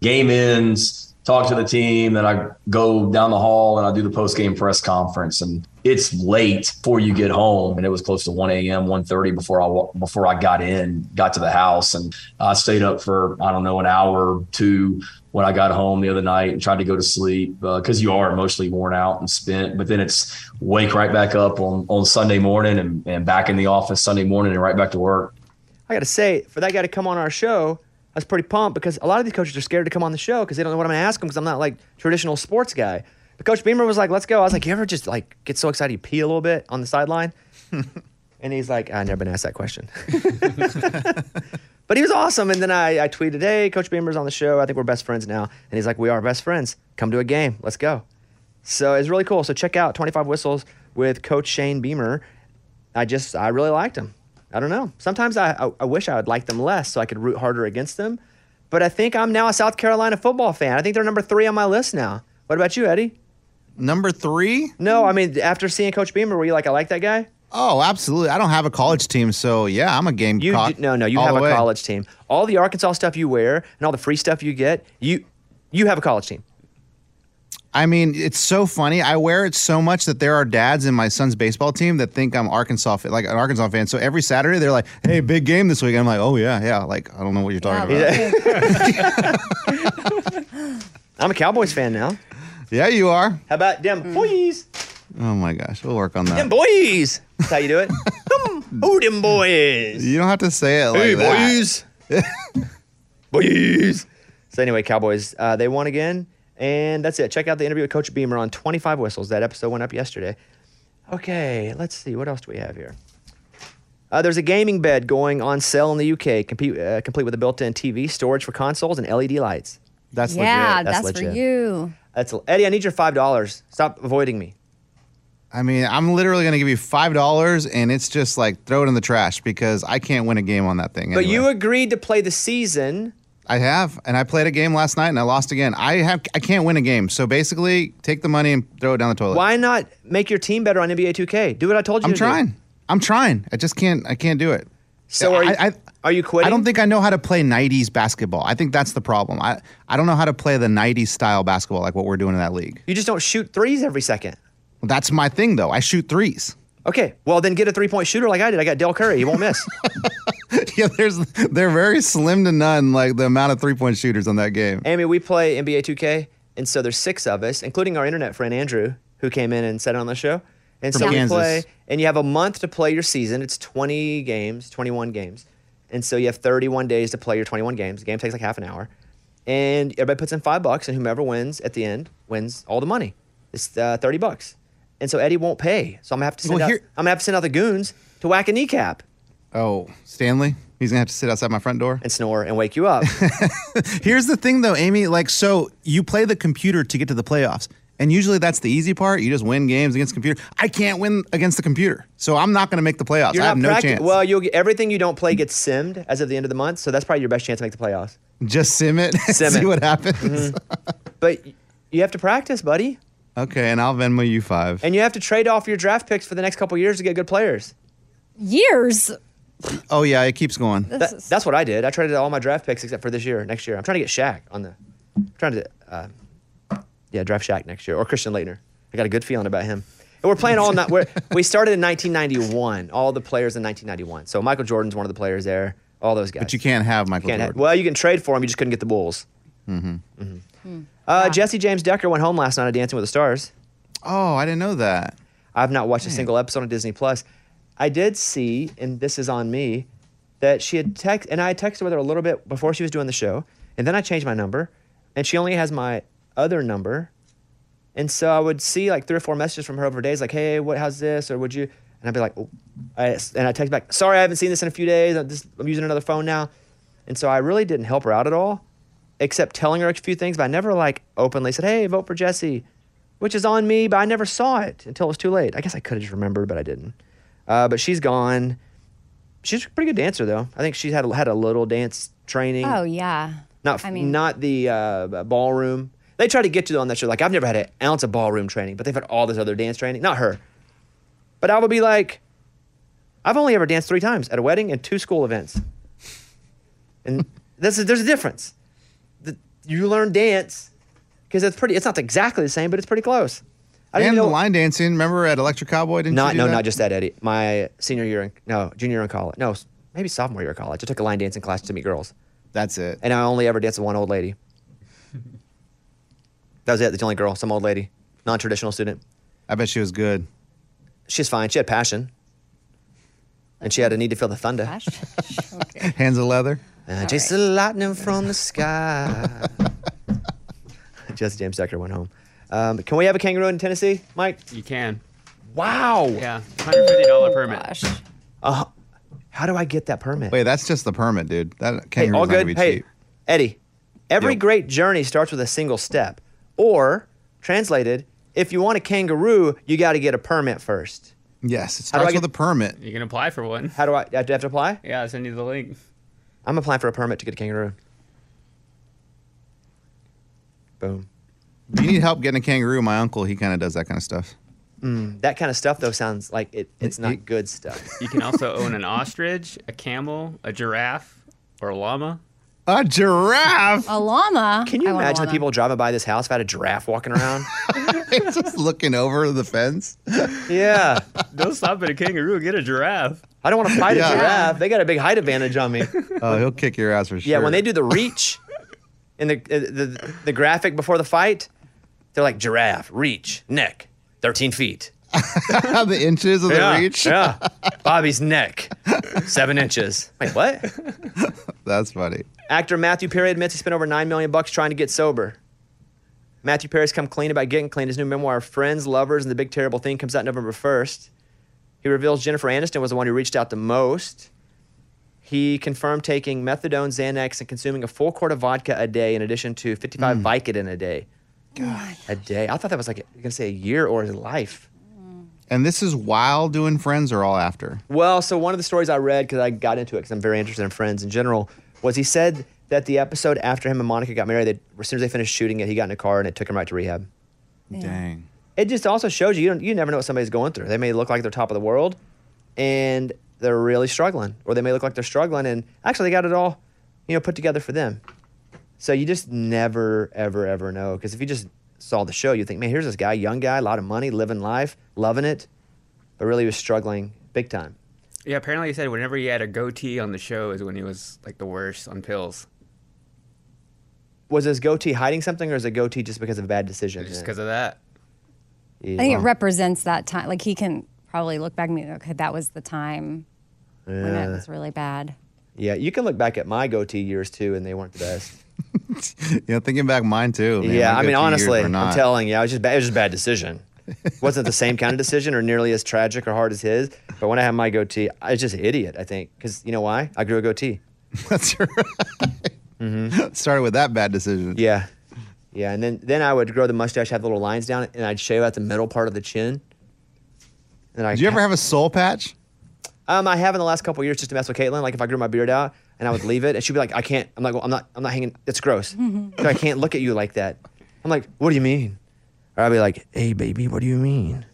H: game ends talk to the team, then I go down the hall and I do the post game press conference. And it's late before you get home, and it was close to 1 a.m., 1.30 before I wa- before I got in, got to the house, and I stayed up for I don't know an hour or two when I got home the other night and tried to go to sleep because you are emotionally worn out and spent. But then it's wake right back up on on Sunday morning and, and back in the office Sunday morning and right back to work.
A: I got to say, for that guy to come on our show, I was pretty pumped because a lot of these coaches are scared to come on the show because they don't know what I'm going to ask them because I'm not like traditional sports guy. But Coach Beamer was like, "Let's go." I was like, "You ever just like get so excited you pee a little bit on the sideline?" and he's like, "I never been asked that question." [LAUGHS] but he was awesome. And then I, I tweeted, "Hey, Coach Beamer's on the show. I think we're best friends now." And he's like, "We are best friends. Come to a game. Let's go." So it's really cool. So check out 25 Whistles with Coach Shane Beamer. I just, I really liked him. I don't know. Sometimes I, I, I wish I would like them less so I could root harder against them. But I think I'm now a South Carolina football fan. I think they're number three on my list now. What about you, Eddie?
D: Number three?
A: No, I mean, after seeing Coach Beamer, were you like, I like that guy?
D: Oh, absolutely. I don't have a college team, so yeah, I'm a game.
A: You do, no, no, you have a college team. All the Arkansas stuff you wear and all the free stuff you get, you you have a college team.
D: I mean, it's so funny. I wear it so much that there are dads in my son's baseball team that think I'm Arkansas, fa- like an Arkansas fan. So every Saturday they're like, "Hey, big game this week." I'm like, "Oh yeah, yeah." Like I don't know what you're talking about.
C: [LAUGHS] Yeah.
A: I'm a Cowboys fan now.
D: Yeah, you are.
A: How about them boys?
D: Oh my gosh, we'll work on
A: Them
D: that.
A: boys. That's how you
D: [LAUGHS]
A: do it. Hmm. Oh, them boys.
D: You don't have to say it like that. [LAUGHS]
A: boys. So anyway, Cowboys, uh, they won again, and that's it. Check out the interview with Coach Beamer on 25 Whistles. That episode went up yesterday. Okay, let's see. What else do we have here? Uh, there's a gaming bed going on sale in the UK, compete, uh, complete with a built-in TV, storage for consoles, and LED lights.
D: That's
C: yeah,
D: legit.
A: That's
C: that's, for
A: legit.
C: you.
A: That's Eddie. I need your five dollars. Stop avoiding me.
D: I mean, I'm literally gonna give you five dollars, and it's just like throw it in the trash because I can't win a game on that thing.
A: But you
D: anyway.
A: agreed to play the season.
D: I have, and I played a game last night and I lost again. I have, I can't win a game. So basically, take the money and throw it down the toilet.
A: Why not make your team better on NBA 2K? Do what I told you.
D: I'm
A: to do.
D: trying. I'm trying. I just can't. I can't do it.
A: So are you,
D: I, I,
A: are you quitting?
D: I don't think I know how to play '90s basketball. I think that's the problem. I I don't know how to play the '90s style basketball like what we're doing in that league.
A: you just don't shoot threes every second.
D: That's my thing though. I shoot threes. [LAUGHS]
A: Okay, well then get a three point shooter like I did. I got Del Curry. He won't miss.
D: yeah, there's they're very slim to none. Like the amount of three point shooters on that game.
A: Amy, we play NBA 2K, and so there's six of us, including our internet friend Andrew, who came in and said it on the show. And so
D: From
A: we
D: Kansas.
A: play, and you have a month to play your season. It's 20 games, 21 games, and so you have 31 days to play your 21 games. The game takes like half an hour, and everybody puts in five bucks, and whomever wins at the end wins all the money. It's uh, 30 bucks, and so Eddie won't pay, so I'm gonna have to send
D: Well,
A: out,
D: here-
A: I'm gonna have to send out the goons to whack a kneecap
D: Oh, Stanley, he's gonna have to sit outside my front door.
A: and snore and wake you
D: [LAUGHS]
A: up.
D: Here's the thing though, Amy. Like, so you play the computer to get to the playoffs. And usually that's the easy part. You just win games against the computer. I can't win against the computer. So I'm not going to make the playoffs. I have no
A: practi-
D: chance.
A: Well, you'll get, everything you don't play gets simmed as of the end of the month, so that's probably your best chance to make the playoffs.
D: just sim it [LAUGHS] and
A: Sim
D: see
A: it. Mm-hmm.
D: what happens.
A: But y- you have to practice, buddy,
D: Okay, and I'll Venmo you five.
A: and you have to trade off your draft picks for the next couple years to get good players.
C: Years.
D: oh, yeah, it keeps going.
C: This
A: That,
C: is-
A: that's what I did. I traded all my draft picks except for this year, next year. I'm trying to get Shaq on the. I'm trying to, uh, yeah, draft Shaq next year or Christian Leitner. I got a good feeling about him. And we're playing all night.
C: [LAUGHS]
A: We're, we started in 1991. All the players in 1991. So Michael Jordan's one of the players there. All those guys.
D: But you can't have Michael
A: Can't ha-
D: Jordan.
A: well, you can trade for him. You just couldn't get the Bulls. Mm-hmm. Uh, Jesse James Decker went home last night on Dancing with the Stars.
D: oh, I didn't know that.
A: I've not watched a single episode on Disney Plus. I did see, and this is on me, that she had text, and I had texted with her a little bit before she was doing the show, and then I changed my number, and she only has my other number, and so I would see like three or four messages from her over days, like, "Hey, what? How's this?" or "Would you?" And I'd be like, oh. I, and I text back, "Sorry, I haven't seen this in a few days. I'm, just, I'm using another phone now," and so I really didn't help her out at all, except telling her a few things, but I never like openly said, "Hey, vote for Jesse," which is on me, but I never saw it until it was too late. I guess I could have just remembered, but I didn't. Uh, but she's gone. She's a pretty good dancer though. I think she's had a, had a little dance training.
C: Oh yeah.
A: Not
C: I mean-
A: not the uh, ballroom. They try to get you on that show. Like I've never had an ounce of ballroom training, but they've had all this other dance training. Not her. But I would be like, I've only ever danced three times at a wedding and two school events. [LAUGHS] And this is there's a difference. The, you learn dance because it's pretty. It's not exactly the same, but it's pretty close. I didn't
D: And
A: know,
D: the line dancing. Remember at Electric Cowboy? Didn't
A: Not
D: you do
A: no,
D: that?
A: not just that, Eddie. My senior year, in, no, junior year in college, no, s- maybe sophomore year in college. I took a line dancing class to meet girls,
D: That's it.
A: and I only ever danced with one old lady. that was it. The only girl, some old lady, non-traditional student.
D: I bet she was good.
A: She's fine. She had passion, and she had a need to feel the thunder. [LAUGHS]
C: Gosh. Okay.
D: Hands of leather.
A: Uh, just the lightning from the sky. [LAUGHS] just James Decker went home. Um, can we have a kangaroo in Tennessee, Mike?
E: You can.
A: Wow.
E: Yeah. $150 permit.
C: Gosh.
A: How do I get that permit?
D: Wait, that's just the permit, dude. That
A: hey,
D: kangaroo's
A: all
D: not gonna
A: good.
D: be
A: Hey,
D: cheap.
A: Eddie, every
D: Yep.
A: great journey starts with a single step. Or, translated, if you want a kangaroo, you got to get a permit first.
D: Yes, it
A: How do I
D: starts
A: get-
D: with a permit.
E: You can apply for one.
A: How do I, do I have to apply?
E: Yeah, I'll send you the link.
A: I'm applying for a permit to get a kangaroo. Boom.
D: If you need help getting a kangaroo, my uncle, he kind of does that kind of stuff.
A: That kind of stuff, though, sounds like it, it's not good stuff.
E: You can also own an ostrich, a camel, a giraffe, or a llama.
D: A giraffe
A: [LAUGHS]
C: A llama.
A: Can you
C: I want a
A: imagine the
C: llama.
A: people driving by this house if I had a giraffe walking [LAUGHS] around?
D: just looking over the fence.
A: yeah.
E: Don't stop at a kangaroo. Get a giraffe.
A: I don't want to fight
D: Yeah.
A: a giraffe. They got a big height advantage on [LAUGHS] me.
D: Oh, he'll kick your ass for sure.
A: Yeah, when they do the reach in the, uh, the the graphic before the fight, they're like giraffe reach neck, thirteen feet.
D: [LAUGHS] the inches of
A: yeah,
D: the reach.
A: yeah. Bobby's neck, seven inches. Wait,
D: [LAUGHS]
A: what?
D: That's funny.
A: Actor Matthew Perry admits he spent over nine million bucks trying to get sober. Matthew Perry's come clean about getting clean. His new memoir, Friends, Lovers, and the Big Terrible Thing, comes out November first. He reveals Jennifer Aniston was the one who reached out the most. He confirmed taking methadone, Xanax, and consuming a full quart of vodka a day, in addition to 55 Vicodin a day. God. A day. I thought that was like going to say a year or his life.
D: And this is while doing friends or all after.
A: Well, so one of the stories I read because I got into it because I'm very interested in Friends in general was he said that the episode after him and Monica got married, they, as soon as they finished shooting it, he got in a car and it took him right to rehab.
D: Dang. [LAUGHS]
A: It just also shows you you, don't, you never know what somebody's going through. They may look like they're top of the world, and they're really struggling, or they may look like they're struggling, and actually they got it all, you know, put together for them. So you just never, ever, ever know because if you just saw the show, you think, man, here's this guy, young guy, a lot of money, living life, loving it, but really he was struggling big time.
E: Yeah, apparently he said whenever he had a goatee on the show is when he was like the worst on pills,
A: was his goatee hiding something or is it goatee just because of bad decisions?
E: just because of that.
A: Yeah.
C: I think it represents that time. Like he can probably look back and be like, okay, that was the time when it was really bad.
A: yeah, you can look back at my goatee years too, and they weren't the best.
D: Yeah, thinking back, mine too. [LAUGHS] man.
A: yeah,
D: My
A: I mean
D: goatee
A: honestly,
D: years were
A: I'm
D: not.
A: telling you, I was just bad, it was just a bad decision. wasn't the same kind of decision or nearly as tragic or hard as his. But when I had my goatee, I was just an idiot. I think because you know why? I grew a goatee.
D: [LAUGHS] That's right. [LAUGHS] Started with that bad decision.
A: Mm-hmm. Yeah, yeah, and then then I would grow the mustache, have little lines down it, and I'd shave out the middle part of the chin. And I
D: Did you ever have a soul patch? [LAUGHS]
A: Um, I have in the last couple of years just to mess with Caitlin. Like if I grew my beard out and I would leave it, and she'd be like, "I can't. I'm not. go- I'm not. I'm not hanging. It's gross. So I can't look at you like that." I'm like, "What do you mean?" Or I'd be like, "Hey, baby, what do you mean?"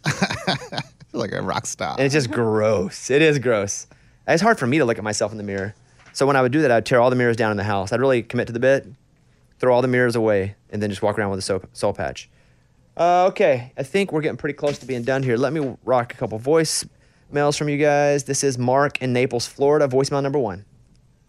D: Like a rock star.
A: And it's just gross. It is gross. It's hard for me to look at myself in the mirror. So when I would do that, I'd tear all the mirrors down in the house. I'd really commit to the bit, throw all the mirrors away, and then just walk around with a soap, soul patch. Uh, okay, I think we're getting pretty close to being done here. Let me rock a couple voice mails from you guys. This is Mark in Naples, Florida. Voicemail number one.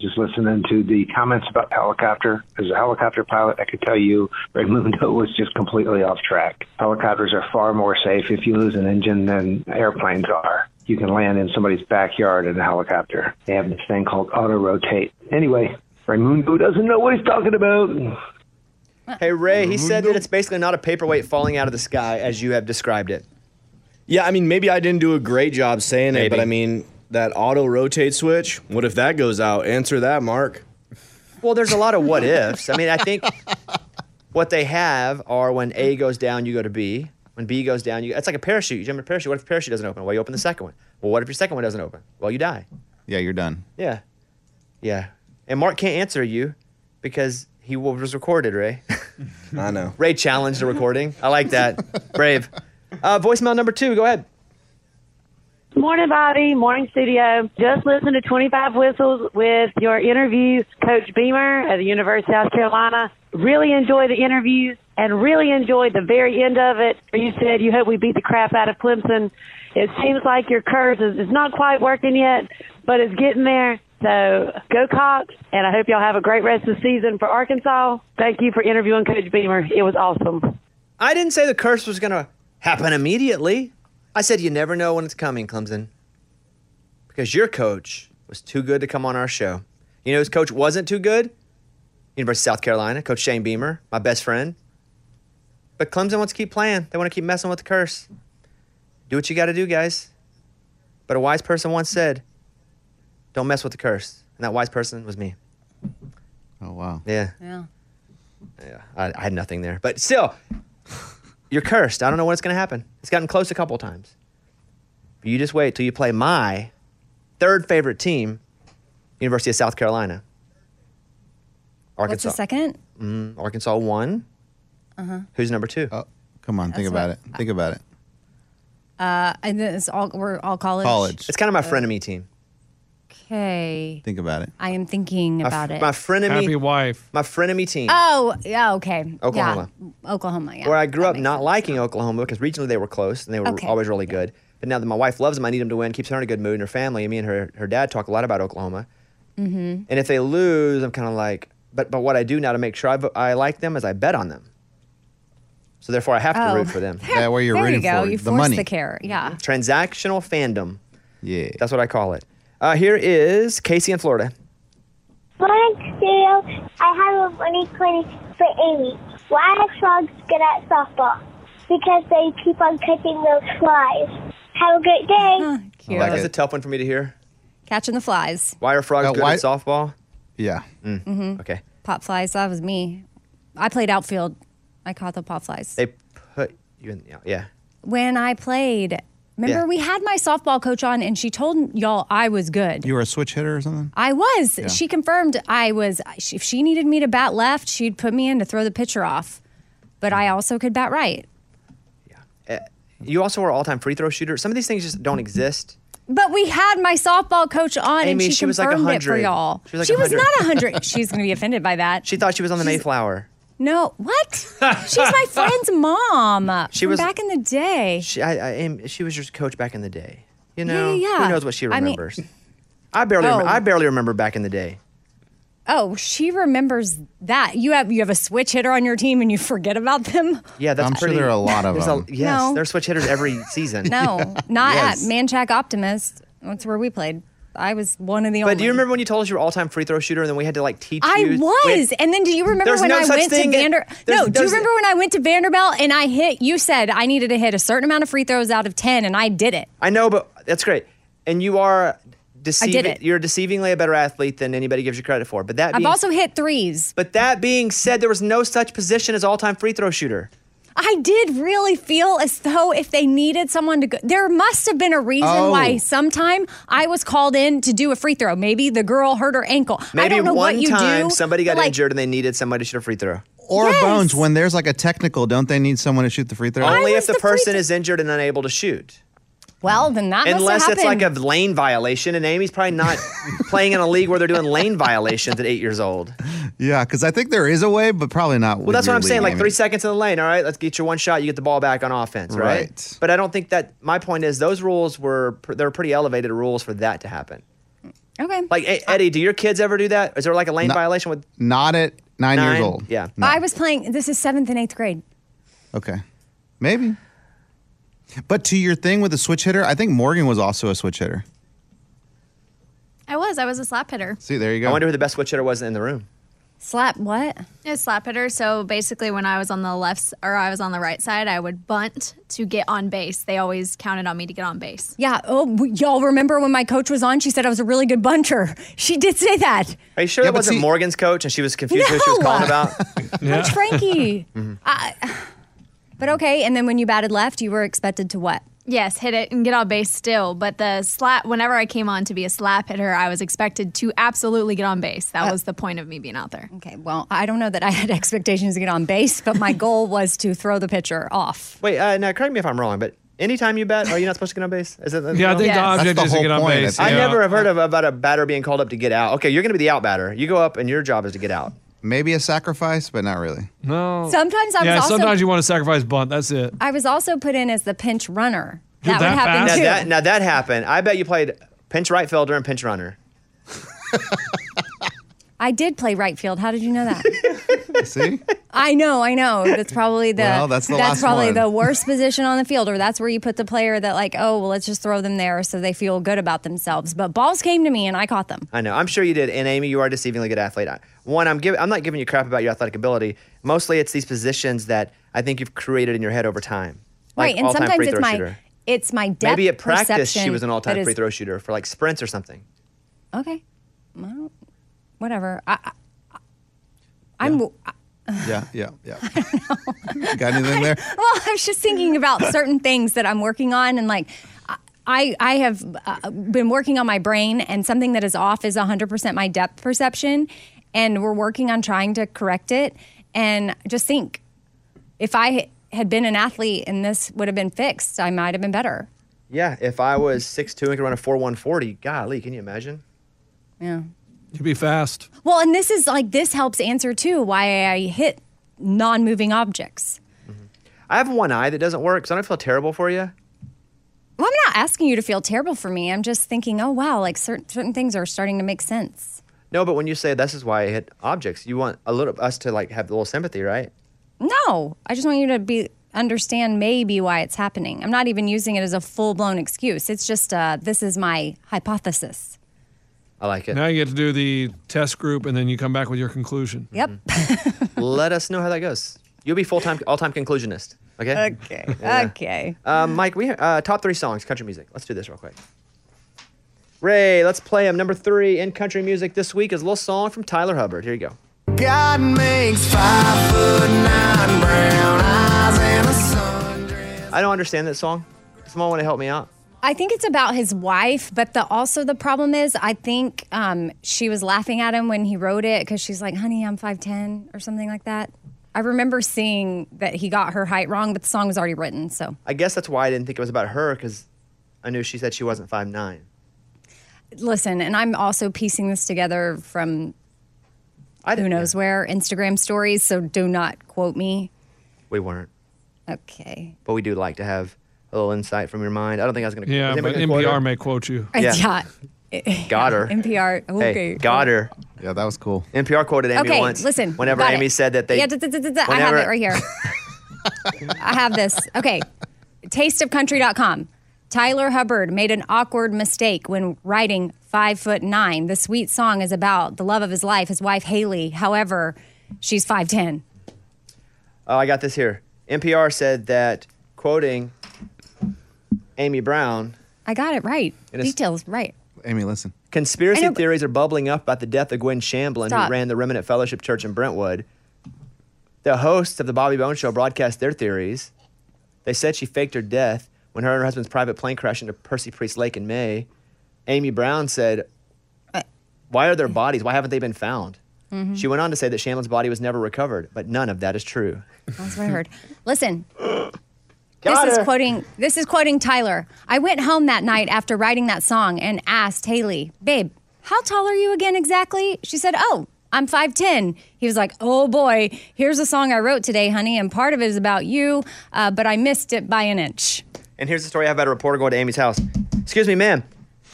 I: just listening to the comments about the helicopter. As a helicopter pilot, I could tell you Raymundo [LAUGHS] was just completely off track. Helicopters are far more safe if you lose an engine than airplanes are. You can land in somebody's backyard in a helicopter. They have this thing called auto rotate. Anyway, Raymundo doesn't know what he's talking about.
A: Hey Ray, he said that it's basically not a paperweight falling out of the sky as you have described it.
B: Yeah, I mean, maybe I didn't do a great job saying it, but
A: Maybe.
B: I mean, that auto rotate switch, what if that goes out? Answer that, Mark.
A: Well, there's a lot of what ifs. I mean, I think what they have are when A goes down, you go to B. When B goes down, you it's like a parachute. You jump in a parachute. What if the parachute doesn't open? Well, you open the second one. Well, what if your second one doesn't open? Well, you die.
D: yeah, you're done.
A: Yeah, yeah. And Mark can't answer you because he was recorded, Ray.
B: I know.
A: Ray challenged the recording. I like that. Brave. Uh, voicemail number two. Go ahead.
J: Morning, Bobby. Morning, studio. Just listen to 25 Whistles with your interviews, Coach Beamer at the University of South Carolina. Really enjoy the interviews. and really enjoyed the very end of it. Where you said you hope we beat the crap out of Clemson. It seems like your curse is, is not quite working yet, but it's getting there. So go Cox, and I hope y'all have a great rest of the season for Arkansas. Oh, Thank you for interviewing Coach Beamer. It was awesome.
A: I didn't say the curse was going to happen immediately. I said you never know when it's coming, Clemson. Because your coach was too good to come on our show. You know whose coach wasn't too good? University of South Carolina, Coach Shane Beamer, my best friend. But Clemson wants to keep playing. They want to keep messing with the curse. Do what you got to do, guys. But a wise person once said, don't mess with the curse. And that wise person was me.
D: Oh, wow.
A: Yeah.
C: Yeah.
A: Yeah, I, I had nothing there. But still, you're cursed. I don't know what's going to happen. It's gotten close a couple times. But you just wait till you play my third favorite team, University of South Carolina.
C: What's
A: Arkansas.
C: the second?
A: Mm, Arkansas won.
C: Uh huh.
A: Who's number two?
D: Oh, come on.
C: think That's about
D: it. Think about it.
C: Uh, and then it's all we're all college.
A: It's kind of my
C: Uh,
A: frenemy team.
C: Okay,
D: Think about it.
C: I am thinking
A: My f-
C: about it.
A: My frenemy.
F: Happy
A: wife. My frenemy team.
C: Oh, yeah. Okay.
A: Oklahoma.
C: Yeah. Oklahoma. Yeah.
A: where I grew up not liking Oklahoma because regionally they were close and they were
C: Okay.
A: always really good. But now that my wife loves them, I need them to win. Keeps her in a good mood and her family. Me and her, her dad talk a lot about Oklahoma.
K: Mm-hmm.
A: And if they lose, I'm kind of like, but but what I do now to make sure I, vo- I like them is I bet on them. So therefore, I have to
C: Oh.
A: root for
C: [LAUGHS]
A: them.
D: Yeah, where you're
C: there
D: rooting
C: you go.
D: for
C: you
D: the
C: force
D: money.
C: the care. Yeah.
A: Transactional fandom.
D: Yeah,
A: that's what I call it. Uh, here is Casey in Florida.
L: Morning, Studio. I have a funny question for Amy. Why are frogs good at softball? Because they keep on catching those flies. Have a great day.
A: Well, that was a tough one for me to hear.
C: Catching the flies.
A: Why are frogs
D: Uh,
A: good
D: why-
A: at softball?
D: Yeah.
A: Mm.
C: Mm-hmm.
A: Okay.
C: Pop flies. That was me. I played outfield. I caught the pop flies.
A: They put you in. yeah, Yeah.
C: When I played, remember
D: Yeah.
C: we had my softball coach on, and she told y'all I was good.
D: You were a switch hitter or something?
C: I was.
D: Yeah.
C: She confirmed I was. She, if she needed me to bat left, she'd put me in to throw the pitcher off. But I also could bat right.
A: You also were all time free throw shooter. Some of these things just don't exist.
C: But we had my softball coach on,
A: Amy,
C: and she,
A: she was like
C: confirmed it for
A: 100.
C: y'all.
A: She was like
C: not
A: 100. [LAUGHS]
C: a hundred. She's going to be offended by that.
A: She thought she was on the Mayflower.
C: No, what? She's
A: [LAUGHS]
C: my friend's mom.
A: She
C: from
A: was-
C: back in the day.
A: She, I, I, am- she was your coach back in the day. You
C: Yeah,
A: know,
C: yeah, yeah.
A: who knows what she
C: I mean-
A: remembers? I, barely, remem-
C: Oh.
A: I barely remember back in the day.
C: Oh, she remembers that. You have you have a switch hitter on your team, and you forget about them.
A: Yeah, that's
D: I'm sure
A: pretty,
D: there are a lot of
A: there's
D: them.
A: yes,
C: No.
A: there's switch hitters
C: [LAUGHS]
A: every season. [LAUGHS]
C: No, not
A: Yes.
C: at Manchac Optimist. That's where we played. I was one of the only.
A: But do you remember when you told us you were all time free throw shooter and then we had to like teach
C: I
A: you? we
C: was,
A: had-
C: and then do you remember
A: There's
C: when
A: no
C: I
A: such
C: went to
A: thing as-
C: Vander?
A: there's-
C: No, do you
A: there's-
C: remember when I went to Vanderbilt and I hit? You said I needed to hit a certain amount of free throws out of ten, and I did it.
A: I know, but that's great. And you are deceiving.
C: it.
A: You're deceivingly a better athlete than anybody gives you credit for. But that
C: I've
A: being,
C: also hit threes.
A: but that being said, there was no such position as all time free throw shooter.
C: I did really feel as though if they needed someone to go, there must have been a reason
A: Oh.
C: why sometime I was called in to do a free throw. Maybe the girl hurt her ankle. I
A: Maybe
C: don't know
A: one
C: what you
A: time
C: do.
A: somebody got
C: but, like,
A: injured and they needed somebody to shoot a free throw.
D: Or Bones, when there's like a technical, don't they need someone to shoot the free throw?
A: Only if the, person is injured and unable to shoot.
C: Well, then that must
A: Unless
C: have
A: it's
C: happened.
A: like a lane violation, and Amy's probably
D: [LAUGHS]
A: not playing in a league where they're doing lane violations at eight years old.
D: Yeah, because I think there is a way, but probably not.
A: Well, that's what I'm saying. Like three seconds in the lane. All right, let's get your one shot. You get the ball back on offense, right?
D: Right.
A: But I don't think that. My point is, those rules were pr- they're pretty elevated rules for that to happen.
C: Okay.
A: Like E- Eddie, do your kids ever do that? Is there like a lane
D: No-
A: violation with
D: Not at nine, years
A: nine?
D: old.
A: Yeah.
C: I was playing, this is seventh and eighth grade.
D: Okay. Maybe. But to your thing with the switch hitter, I think Morgan was also a switch hitter.
M: I was. I was a slap hitter.
D: See, there you go.
A: I wonder who the best switch hitter was in the room.
C: Slap what?
M: A slap hitter. So basically, when I was on the left s- or I was on the right side, I would bunt to get on base. They always counted on me to get on base.
C: Yeah. Oh, w- y'all remember when my coach was on? She said I was a really good bunter. [LAUGHS] She did say that.
A: Are you sure that wasn't Morgan's coach and she was confused who she was
C: No.
A: calling about?
C: Coach
F: [LAUGHS]
C: Frankie.
F: Mm-hmm.
C: I, but okay. And then when you batted left, you were expected to what?
M: Yes, hit it and get on base still. But the slap, whenever I came on to be a slap hitter, I was expected to absolutely get on base. That
K: Uh,
M: was the point of me being out there.
C: Okay. Well, I don't know that I had [LAUGHS] expectations to get on base, but my
F: [LAUGHS]
C: goal was to throw the pitcher off.
A: Wait, uh, now correct me if I'm wrong, but anytime you bat, are you not supposed to get on base? Is it,
F: Yeah, I think the Yes. object That's the is to whole get on point, base, I
A: I
F: think.
A: never have heard of about a batter being called up to get out. Okay, you're going to be the out batter. You go up, and your job is to get out.
D: maybe a sacrifice, but not
A: [LAUGHS]
D: really.
F: No.
C: Sometimes I
F: yeah,
C: was also-
F: sometimes you want to sacrifice bunt. That's it.
C: I was also put in as the pinch runner.
F: You're
C: That, would
F: that
C: happen
F: fast?
C: too.
A: Now that, now that happened. I bet you played pinch right fielder and pinch runner.
C: I did play right field. How did you know
F: [LAUGHS]
C: that?
D: See?
C: I know, I know. That's probably the
D: Well, that's the last
C: probably
D: one.
C: the worst position on the field, or that's where you put the player that like, oh, well, let's just throw them there so they feel good about themselves. But balls came to me and I caught them.
A: I know. I'm sure you did. And Amy, you are a deceivingly good athlete. I- One, I'm giving. I'm not giving you crap about your athletic ability. Mostly, it's these positions that I think you've created in your head over time. Like
C: right, and
A: all-time
C: sometimes
A: free
C: it's
A: throw
C: my
A: shooter.
C: it's my depth.
A: Maybe at practice she
C: perception
A: was an
C: that
A: all-time
C: is-
A: free throw shooter for like sprints or something.
C: Okay, well, whatever. I, I, I'm
D: Yeah, yeah, yeah. [LAUGHS] Got
A: [LAUGHS]
D: anything there?
C: well. [LAUGHS] I was just thinking about certain things that I'm working on, and like, I I have uh, been working on my brain, and something that is off is 100% my depth perception, and we're working on trying to correct it. And just think, if I had been an athlete and this would have been fixed, I might have been better.
A: Yeah, if I was 6'2 and could run a 4'140, golly, can you imagine?
C: Yeah.
F: You'd be fast.
C: Well, and this is like this helps answer too why I hit non-moving objects.
A: I have one eye that doesn't work, so I don't feel terrible for you.
C: Well, I'm not asking you to feel terrible for me. I'm just thinking, oh wow, like certain certain things are starting to make sense.
A: No, but when you say this is why I hit objects, you want a little us to like have a little sympathy, right?
C: No, I just want you to be understand maybe why it's happening. I'm not even using it as a full blown excuse. It's just uh, this is my hypothesis.
A: I like it.
F: Now you get to do the test group and then you come back with your conclusion.
C: Yep.
A: Let us know how that goes. You'll be full time, all time conclusionist. Okay.
C: Okay.
A: Yeah.
C: Okay.
A: Um, Mike, we uh, top three songs country music. Let's do this real quick. Ray, let's play him. Number three in country music this week is a little song from Tyler Hubbard. Here you go.
K: God makes five foot nine brown eyes and a sun.
A: I don't understand that song. Someone want to help me out?
C: I think it's about his wife, but the also the problem is I think um, she was laughing at him when he wrote it because she's like, "Honey, I'm five ten or something like that." I remember seeing that he got her height wrong, but the song was already written. So
A: I guess that's why I didn't think it was about her because I knew she said she wasn't five nine.
C: listen, and I'm also piecing this together from who knows where Instagram stories. So do not quote me.
A: We weren't,
C: Okay.
A: but we do like to have a little insight from your mind. I don't think I was going to.
F: Yeah, but NPR may quote you.
C: [LAUGHS] Yeah.
A: Got her.
C: NPR. Okay.
A: Hey, got her.
D: Yeah, that was cool.
A: NPR quoted Amy
C: okay.
A: once.
C: Listen.
A: Whenever
C: got
A: Amy
C: it.
A: said that they.
C: Yeah. duh, duh, duh, duh, duh, I have
A: whenever-
C: it right here.
A: [LAUGHS]
C: I have this. Okay. Tasteofcountry.com. Tyler Hubbard made an awkward mistake when writing Five Foot Nine. The sweet song is about the love of his life, his wife Haley. However, she's 5'10.
A: Oh, I got this here. NPR said that quoting Amy Brown.
C: I got it right.
A: It is-
C: Details right.
D: Amy, listen.
A: Conspiracy
C: I know, but-
A: theories are bubbling up about the death of Gwen Shamblin,
C: Stop.
A: who ran the Remnant Fellowship Church in Brentwood. The hosts of the Bobby Bones Show broadcast their theories. They said she faked her death when her and her husband's private plane crashed into Percy Priest Lake in May. Amy Brown said, "Why are their bodies? Why haven't they been found?"
C: Mhm.
A: She went on to say that Shamblin's body was never recovered, but none of that is true.
C: That's what I heard. Listen.
A: Got
C: this is
A: her.
C: quoting this is quoting Tyler. I went home that night after writing that song and asked Haley, "Babe, how tall are you again exactly?" She said, "Oh, I'm 5'10." He was like, "Oh boy, here's a song I wrote today, honey, and part of it is about you, uh, but I missed it by an inch."
A: And here's the story I have about a reporter going to Amy's house. Excuse me, ma'am.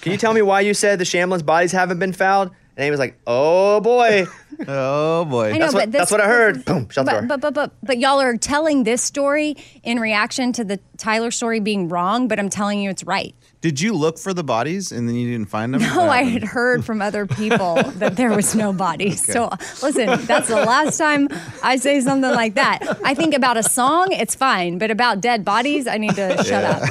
A: Can you tell me why you said the Shamblin's bodies haven't been found? And Amy's like, oh boy.
D: oh boy.
C: I know,
A: that's, what,
C: but this-
A: that's what I heard. Boom, shut the door.
C: But, but but but but y'all are telling this story in reaction to the Tyler story being wrong, but I'm telling you it's right.
D: Did you look for the bodies and then you didn't find them?
C: No, Oh, I had heard from
D: [LAUGHS]
C: other people that there was no body. So listen, that's the last time I say something like that. I think about a song, it's fine, but about dead bodies, I need to shut up.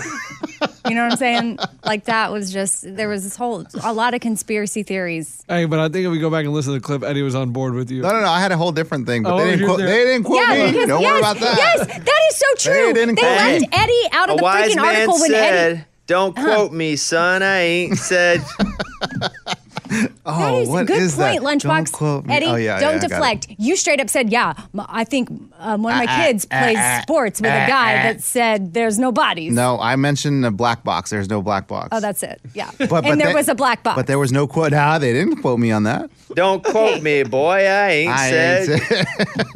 C: You know what I'm saying? Like that was just there was this whole a lot of conspiracy theories.
F: Hey, but I think if we go back and listen to the clip, Eddie was on board with you.
D: No, no, no. I had a whole different thing, but
F: Oh,
D: they, didn't
F: you
D: quote, they
F: did.
D: didn't quote
C: yeah,
D: me.
C: because-
D: Don't
C: yes,
D: worry about that.
C: Yes, that is so true.
D: They didn't quote
C: left
D: me.
C: Eddie out of
A: a
C: the
A: wise
C: freaking
A: man
C: article when
A: said,
C: Eddie
A: don't
C: Huh.
A: quote me, son. I ain't said.
D: Oh,
C: that is
D: what
C: a good
D: is that?
C: point, Lunchbox.
D: Don't quote me.
C: Eddie,
D: Oh, yeah,
C: don't
D: yeah, I got it.
C: deflect. You straight up said, "Yeah, m- I think um, one of my
D: Uh, uh,
C: kids
D: uh,
C: plays
D: uh,
C: sports with
D: uh,
C: a guy
D: uh.
C: that said there's no bodies."
D: No, I mentioned a black box. There's no black box.
C: Oh, that's it. Yeah.
D: [LAUGHS] But- but
C: and there
D: that-
C: was a black box.
D: But there was no quote. Nah, they didn't quote me on that.
C: [LAUGHS]
A: Don't quote me, boy. I ain't
D: I
A: said.
D: ain't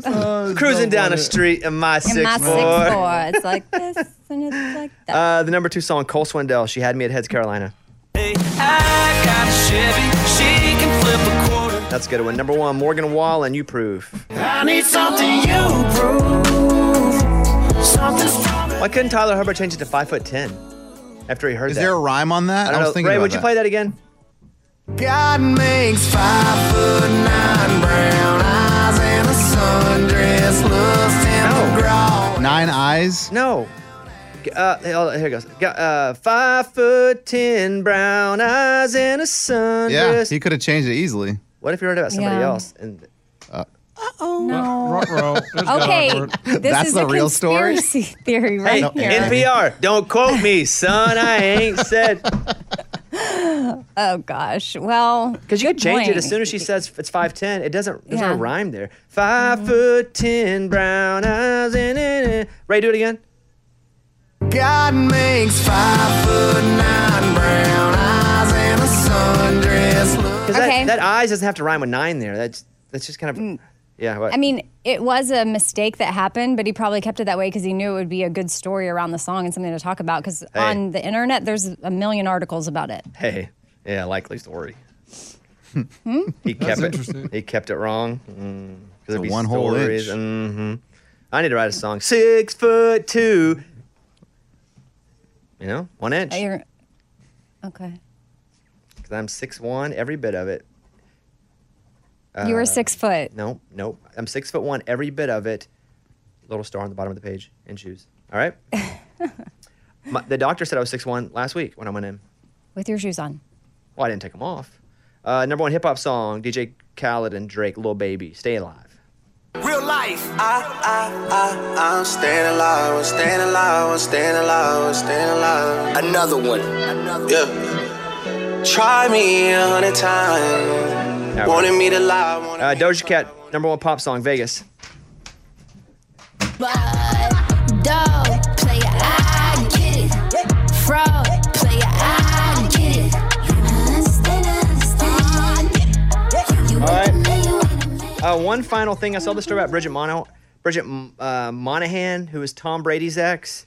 A: Cruising down a street in my six
C: in my six
A: four.
C: four, it's like this and it's like
D: [LAUGHS]
C: that.
A: Uh, the number two song, Cole Swindell. She had me at Heads Carolina.
K: I got a Chevy, she can flip a quarter.
A: That's a good one. Number one, Morgan Wall and You Prove.
K: I need something you prove. Something strong.
A: Why couldn't Tyler Hubbard change it to five foot ten after he heard
D: [LAUGHS] Is
A: that?
D: there a rhyme on that?
A: I
D: I,
A: don't
D: was
A: know.
D: thinking
A: Ray,
D: about
A: would you play that again?
K: God makes five foot nine brown eyes and a sundress lust in the ground.
D: Nine eyes?
A: No. G- Uh, hey, hold on, here it goes. G- uh, five foot ten, brown eyes and a
D: Yeah,
A: sundress.
D: he could have changed it easily.
A: What if you wrote it about somebody
D: Yeah.
A: else? And
C: Oh no.
A: got
D: uh,
C: okay,
A: awkward.
C: this
A: That's
C: is
A: the
C: a
A: real story?
C: conspiracy [LAUGHS] theory
A: hey,
C: right here.
A: NPR, don't quote me, son. I ain't said.
C: oh gosh. Well,
A: Because you could
C: good
A: change it
C: point.
A: as soon as she says it's five ten. It doesn't. There's
C: Yeah. Mm-hmm.
A: no rhyme there. 5 foot ten, brown eyes and a. Ray, do it again.
K: God makes five foot nine brown eyes and a sundress lust.
A: Because that, that eyes doesn't have to rhyme with nine there. That's that's just kind of. Yeah. What?
C: Mm. I mean, it was a mistake that happened, but he probably kept it that way because he knew it would be a good story around the song and something to talk about. Because
A: Hey.
C: on the internet, there's a million articles about it.
A: Hey. Yeah. Likely story.
C: Hmm?
A: He kept
C: That's
A: it.
C: interesting.
A: He kept it wrong. Mm, 'Cause it'd be
D: one whole
A: stories.
D: inch.
A: Mhm. I need to write a song. Six foot two. You know, one inch.
C: Oh, you're- okay.
A: Because I'm six one, every bit of it.
C: you
A: Uh,
C: were six foot.
A: No, no. I'm six foot one, every bit of it. Little star on the bottom of the page and shoes. All right. My, the doctor said I was six one last week when I went in.
C: With your shoes on.
A: Well, I didn't take them off. Uh, number one hip hop song, DJ Khaled and Drake, Lil Baby, Stay Alive.
K: Real life. I, I, I, I'm staying alive, I'm staying alive, I'm staying alive, I'm staying alive. Another one. Yeah. Try me a hundred times.
A: That
K: Wanted
A: one.
K: me to lie. wanted
A: Uh, Doja Cat, number one pop song, Vegas.
N: Dog, player, I get it. Fraud, player, I get it. You understand, understand. You
A: All right.
N: with me, you
A: Uh, one final thing. I saw this story about Bridget Mono, Bridget uh, Monahan, who is Tom Brady's ex,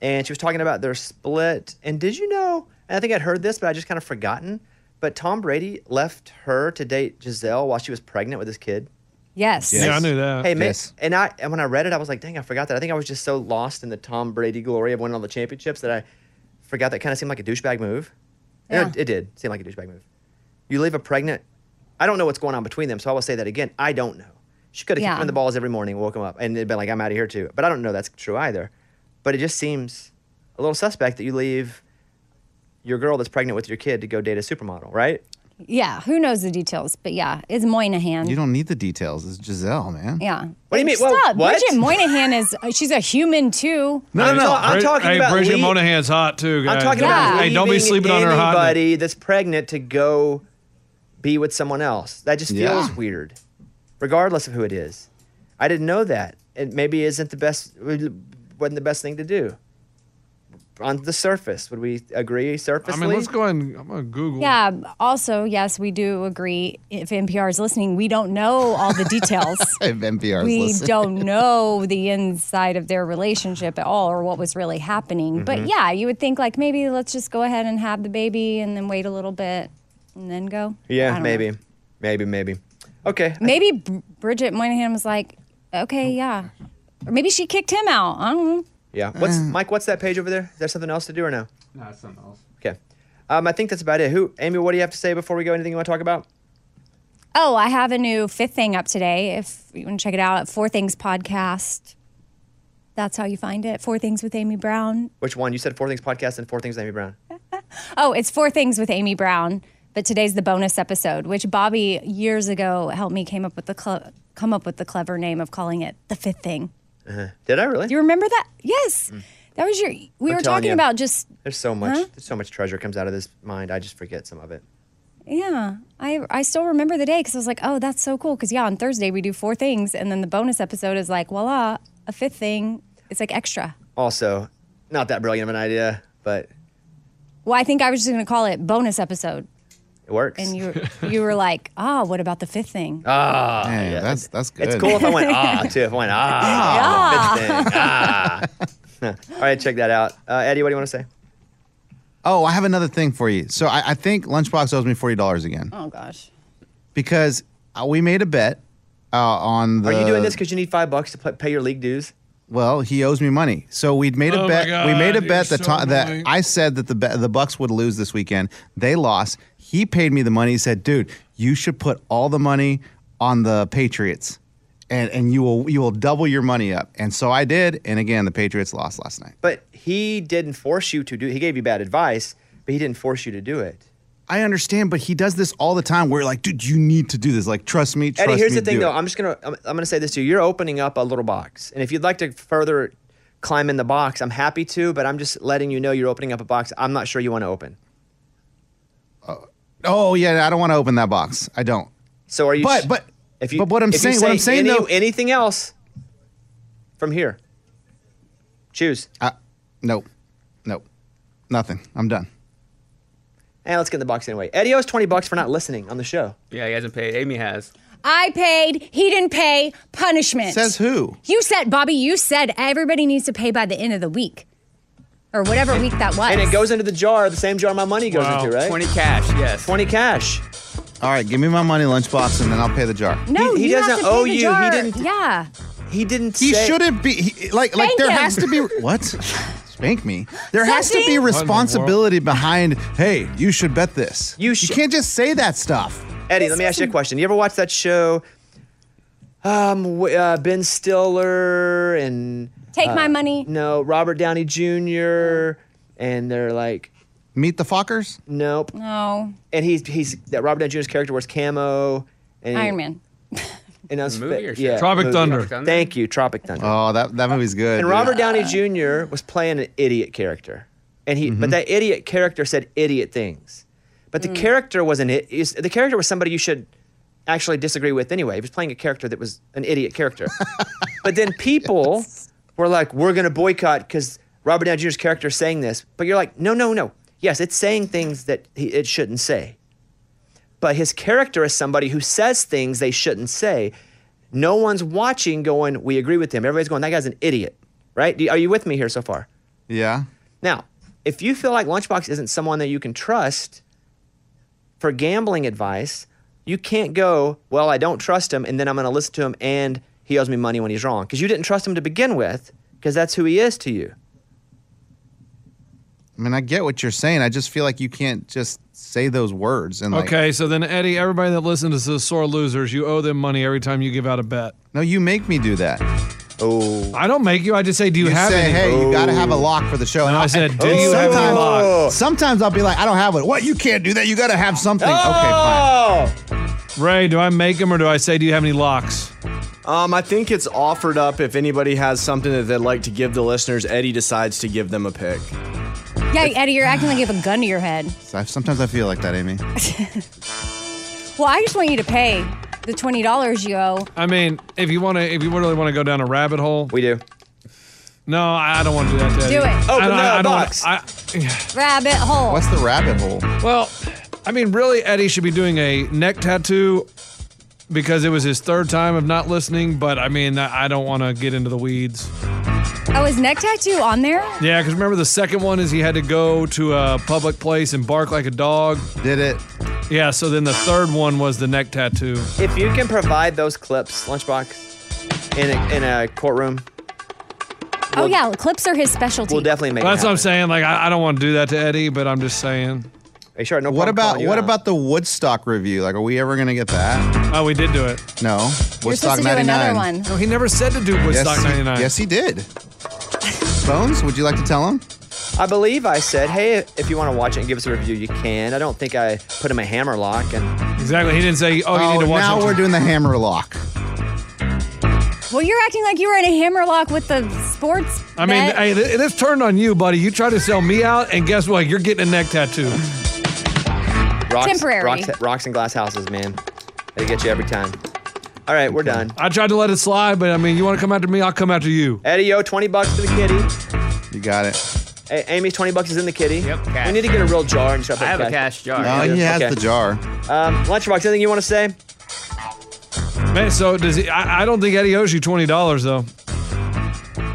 A: and she was talking about their split. And did you know? And I think I'd heard this, but I just kind of forgotten. But Tom Brady left her to date Giselle while she was pregnant with his kid.
C: Yes.
F: Uh,
A: Hey, ma-
C: miss.
A: and I and when I read it, I was like, dang, I forgot that. I think I was just so lost in the Tom Brady glory of winning all the championships that I forgot that kind of seemed like a douchebag move. And It, it did seem like a douchebag move. You leave a pregnant. I don't know what's going on between them, so I will say that again. I don't know. She could have
C: Yeah.
A: kicked him in the balls every morning, woke him up, and it'd been like, I'm out of here too. But I don't know that's true either. But it just seems a little suspect that you leave your girl that's pregnant with your kid to go date a supermodel, right?
C: Yeah. Who knows the details? But yeah, it's Moynihan.
D: You don't need the details. It's Giselle, man.
C: yeah.
A: What do you mean? Well,
C: Stop.
A: what?
C: Bridget Moynihan is, uh, she's a human too.
A: I'm ta- I'm
F: Brid-
A: talking
F: hey,
A: about
F: Bridget
A: lea-
F: Monahan's hot too, guys.
A: I'm talking about
F: Hey, don't be
A: leaving
F: sleeping on her hot.
A: anybody that's pregnant to go be with someone else. That just feels
F: Yeah.
A: weird, regardless of who it is. I didn't know that. It maybe isn't the best, wasn't the best thing to do. On the surface, would we agree? Surface.
F: I mean, let's go ahead and I'm gonna Google.
C: Yeah. Also, yes, we do agree. If NPR is listening, we don't know all
A: [LAUGHS]
C: the details.
D: If NPR is
C: we
D: listening.
C: don't know the inside of their relationship at all or what was really happening. But
A: Mm-hmm.
D: Mhm.
C: yeah, you would think like maybe let's just go ahead and have the baby and then wait a little bit and then go. I
A: Yeah,
C: don't
A: maybe, maybe, maybe. Okay.
C: know. Maybe Br- Bridget Moynihan was like, okay,
A: Oh.
C: yeah. Or maybe she kicked him out. I don't know.
A: Yeah. What's
C: Mm.
A: Mike? What's that page over there? Is there something else to do or no?
E: No, it's something else.
A: Okay. Um, I think that's about it. Who, Amy? What do you have to say before we go? Anything you want to talk about?
C: Oh, I have a new fifth thing up today. If you want to check it out at Four Things Podcast. That's how you find it. Four Things with Amy Brown.
A: Which one? You said Four Things Podcast and Four Things with Amy Brown.
C: Oh, it's Four Things with Amy Brown, but today's the bonus episode, which Bobby years ago helped me came up with the cle- come up with the clever name of calling it the fifth thing.
A: Uh-huh. Did I really?
C: Do you remember that? Yes. That was your we
A: Mm. I'm
C: were
A: telling
C: talking
A: you.
C: about just
A: There's so much.
C: Huh?
A: There's so much treasure comes out of this mind. I just forget some of it.
C: Yeah. I, I still remember the day because I was like, oh, that's so cool. Because, yeah, on Thursday we do four things. And then the bonus episode is like, voila, a fifth thing. It's like extra.
A: Also, not that brilliant of an idea, but
C: Well, I think I was just going to call it bonus episode.
A: it works.
C: And you, you were like, [LAUGHS] ah, what about the fifth thing?
A: Ah, yeah. that's
D: that's
A: It's
C: good.
A: cool if I went
C: [LAUGHS]
A: ah too. If I went ah,
C: Yeah.
A: fifth thing, ah. [LAUGHS] All right, check that out. Uh, Eddie, what do you want to say?
D: Oh, I have another thing for you. So I, I think Lunchbox owes me forty dollars again
C: Oh, gosh.
D: because uh, we made a bet uh, on the.
A: Are you doing this because you need five bucks to pl- pay your league dues?
D: Well, he owes me money, so we'd made a
A: Oh my
D: bet. we made a
A: God,
D: bet
A: you're so
D: that Tom- that
A: annoying.
D: I said that the be- the Bucks would lose this weekend. They lost. He paid me the money. He said, "Dude, you should put all the money on the Patriots, and and you will you will double your money up." And so I did. And again, the Patriots lost last night.
A: But he didn't force you to do. He gave you bad advice, but he didn't force you to do it.
D: I understand, but he does this all the time. We're like, dude, you need to do this. Like, trust me. Trust
A: Eddie, here's
D: me,
A: the thing,
D: do it."
A: though. I'm just gonna I'm, I'm gonna say this to you. You're opening up a little box, and if you'd like to further climb in the box, I'm happy to. But I'm just letting you know you're opening up a box. I'm not sure you want to open.
D: Oh yeah, I don't want to open that box. I don't.
A: So are you?
D: But but
A: if you,
D: but what I'm
A: if you
D: saying, what
A: say
D: I'm saying
A: any-
D: though,
A: anything else from here? Choose.
D: Uh, nope, nope, nothing. I'm done.
A: And let's get in the box anyway. Eddie owes 20 bucks for not listening on the show.
E: Yeah, he hasn't paid. Amy has.
C: I paid. He didn't pay. Punishment.
D: who?
C: You said, Bobby, you said everybody needs to pay by the end of the week or whatever week that was.
A: And it goes into the jar, the same jar my money goes into, right? 20
E: cash, yes.
A: 20 cash.
D: All right, give me my money, lunchbox, and then I'll pay the jar.
C: No,
A: He- he
C: you have
A: doesn't
C: to pay
A: owe
C: the
A: you. He
C: jar.
A: didn't-
C: Yeah.
A: He didn't.
D: He
A: say-
D: shouldn't be he, like like.
C: Spank
D: There
C: him.
D: has to
A: [LAUGHS]
D: be what? Spank me. There has to be
A: Something.
D: responsibility behind. Hey, you should bet this.
A: You
D: You can't just say that stuff.
A: Eddie, let me ask you a question. You ever watch that show? Um, w- uh, Ben Stiller and
C: Take
A: uh,
C: my money.
A: No, Robert Downey Jr. And they're like,
D: Meet the Fockers.
A: Nope.
C: No.
A: And he's he's that Robert Downey Jr.'s character wears camo. And
C: Iron Man.
A: And that's
E: Movie or show?
A: yeah,
E: Tropic
A: movie.
E: Thunder. Tropic Thunder?
A: Thank you, Tropic Thunder.
D: Oh, that that movie's good.
A: And
D: dude.
A: Robert Downey Jr. was playing an idiot character, and he but that idiot character said idiot things, but the character was an i- is, the character was somebody you should actually disagree with anyway. He was playing a character that was an idiot character, but then people were like, "We're going to boycott because Robert Downey Jr.'s character is saying this," but you're like, "No, no, no. Yes, it's saying things that he, it shouldn't say." But his character is somebody who says things they shouldn't say. No one's watching going, we agree with him. Everybody's going, that guy's an idiot, right? Do- Are you with me here so far?
D: Yeah.
A: Now, if you feel like Lunchbox isn't someone that you can trust for gambling advice, you can't go, well, I don't trust him, and then I'm going to listen to him and he owes me money when he's wrong. Because you didn't trust him to begin with, because that's who he is to you.
D: I mean, I get what you're saying. I just feel like you can't just say those words and like.
F: okay, so then Eddie, everybody that listens to the sore losers, you owe them money every time you give out a bet.
D: No, you make me do that.
A: Oh,
F: I don't make you. I just say, do you,
D: You
F: have
D: say,
F: any?
D: hey, you gotta have a lock for the show.
F: Oh. No, I said, do
D: and
F: you have any lock?
D: Sometimes I'll be like, I don't have one. What? You can't do that. You gotta have something.
A: Okay,
F: fine. Ray, do I make them or do I say, do you have any locks?
B: Um, I think it's offered up if anybody has something that they'd like to give the listeners. Eddie decides to give them a pick.
C: Yeah, Eddie, you're acting like you have a gun to your head.
D: Okay. Sometimes I feel like that, Amy.
C: Well, I just want you to pay the $20 you owe.
F: I mean, if you want to, if you really want to go down a rabbit hole, we
A: do.
F: No, I I don't want to do that. To
C: Do
F: Eddie.
C: it.
F: I
C: Open
F: don't-
C: the
F: I don't wanna-
C: box.
F: I-
C: Rabbit hole.
D: What's the rabbit hole?
F: Well, I mean, really, Eddie should be doing a neck tattoo because it was his third time of not listening. But I mean, I I don't want to get into the weeds.
C: Oh, is neck tattoo on there?
F: Yeah, because remember the second one is he had to go to a public place and bark like a dog.
D: Did it?
F: Yeah. So then the third one was the neck tattoo.
A: If you can provide those clips, Lunchbox, in a, in a courtroom,
C: Oh, yeah. Clips are his specialty.
A: we'll definitely make it
F: That's what I'm
A: happen.
F: saying. Like, I, I don't want to do that to Eddie, but I'm just saying.
A: Hey, sure. No
D: What about what about the Woodstock review? Like, are we ever gonna get that?
F: Oh, we did do it.
D: No,
F: You're
D: Woodstock
F: supposed to do another
D: '99.
F: one. No, he never said to do Woodstock
D: yes, he-
F: 99.
D: Yes, he did. Bones, would you like to tell him?
A: I believe I said, hey, if you want to watch it and give us a review, you can. I don't think I put him a hammer lock. And
F: Exactly. He didn't say, oh, you need to watch
D: now
F: it.
D: we're doing the hammer lock.
C: Well, you're acting like you were in a hammerlock with the sports.
F: I mean,
C: bet.
F: hey, th- this turned on you, buddy. You tried to sell me out, and guess what? You're getting a neck tattoo.
A: Rocks,
C: Temporary.
A: Rocks, rocks and glass houses, man. They get you every time. All right, we're done.
F: I tried to let it slide, but I mean, you want to come after me? I'll come after you.
A: Eddie, yo, 20 bucks to the kitty.
D: You got it.
A: Hey, Amy's 20 bucks is in the kitty. Yep, We need to get a real jar and stuff.
E: I have a cash jar. No,
D: Oh,
E: he has the
D: jar.
A: Um, Lunchbox, anything you want to say?
F: Man, so does he? I, I don't think Eddie owes you twenty dollars though.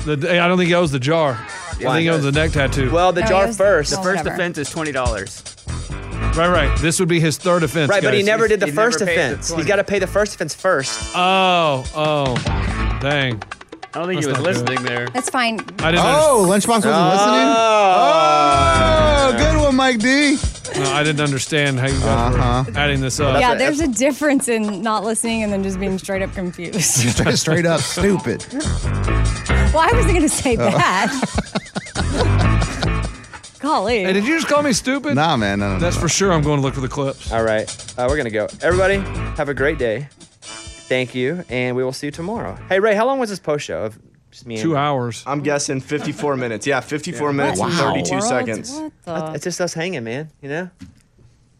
F: The, I don't think he owes the jar. I
E: Why?
F: think he owns the neck tattoo.
A: Well, the jar first.
E: The first offense is twenty dollars.
F: Right, right. This would be his third offense.
A: right, but he
F: guys.
A: never did the first offense. He's got to pay the first offense first.
F: Oh, oh, dang.
E: I don't think he
F: That's
E: was
F: not good.
E: listening there.
C: That's fine.
F: I didn't
D: Oh, Lunchbox wasn't listening? Oh, good one, Mike D. Uh-huh.
F: No, I didn't understand how you guys
A: Uh-huh.
F: were adding this up.
C: yeah, there's a difference in not listening and then just being straight up confused. [LAUGHS]
D: Straight, straight up stupid.
C: Well, I wasn't going to say
D: Oh.
C: that. Golly.
F: Hey, did you just call me stupid?
D: Nah, man. No, no,
F: That's for sure. I'm going to look for the clips.
A: All right. Uh, we're going to go. Everybody, have a great day. Thank you, and we will see you tomorrow. Hey, Ray, how long was this post show of just me and
F: Two
A: Uh,
F: hours.
O: I'm guessing 54 minutes. Yeah, 54
A: Yeah.
O: minutes and
A: What in the
O: 32
A: world?
O: seconds.
A: It's just us hanging, man, you know?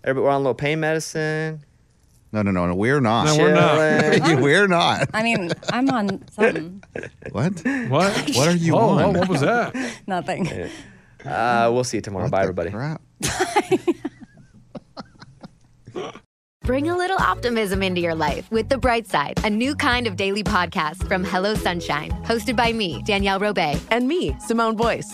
A: Everybody, we're on a little pain medicine.
D: No, no, no, no. We're not.
A: No, we're [LAUGHS] not.
D: Yeah, [LAUGHS] we're not.
C: I mean, I'm on something.
D: What?
A: [LAUGHS]
F: What?
D: What are you
A: Oh,
D: on?
A: oh, what was that?
C: Nothing.
A: Uh, we'll see you tomorrow. Bye, everybody.
P: Bring a little optimism into your life with The Bright Side, a new kind of daily podcast from Hello Sunshine, hosted by me, Danielle Robay.
Q: And me, Simone Boyce.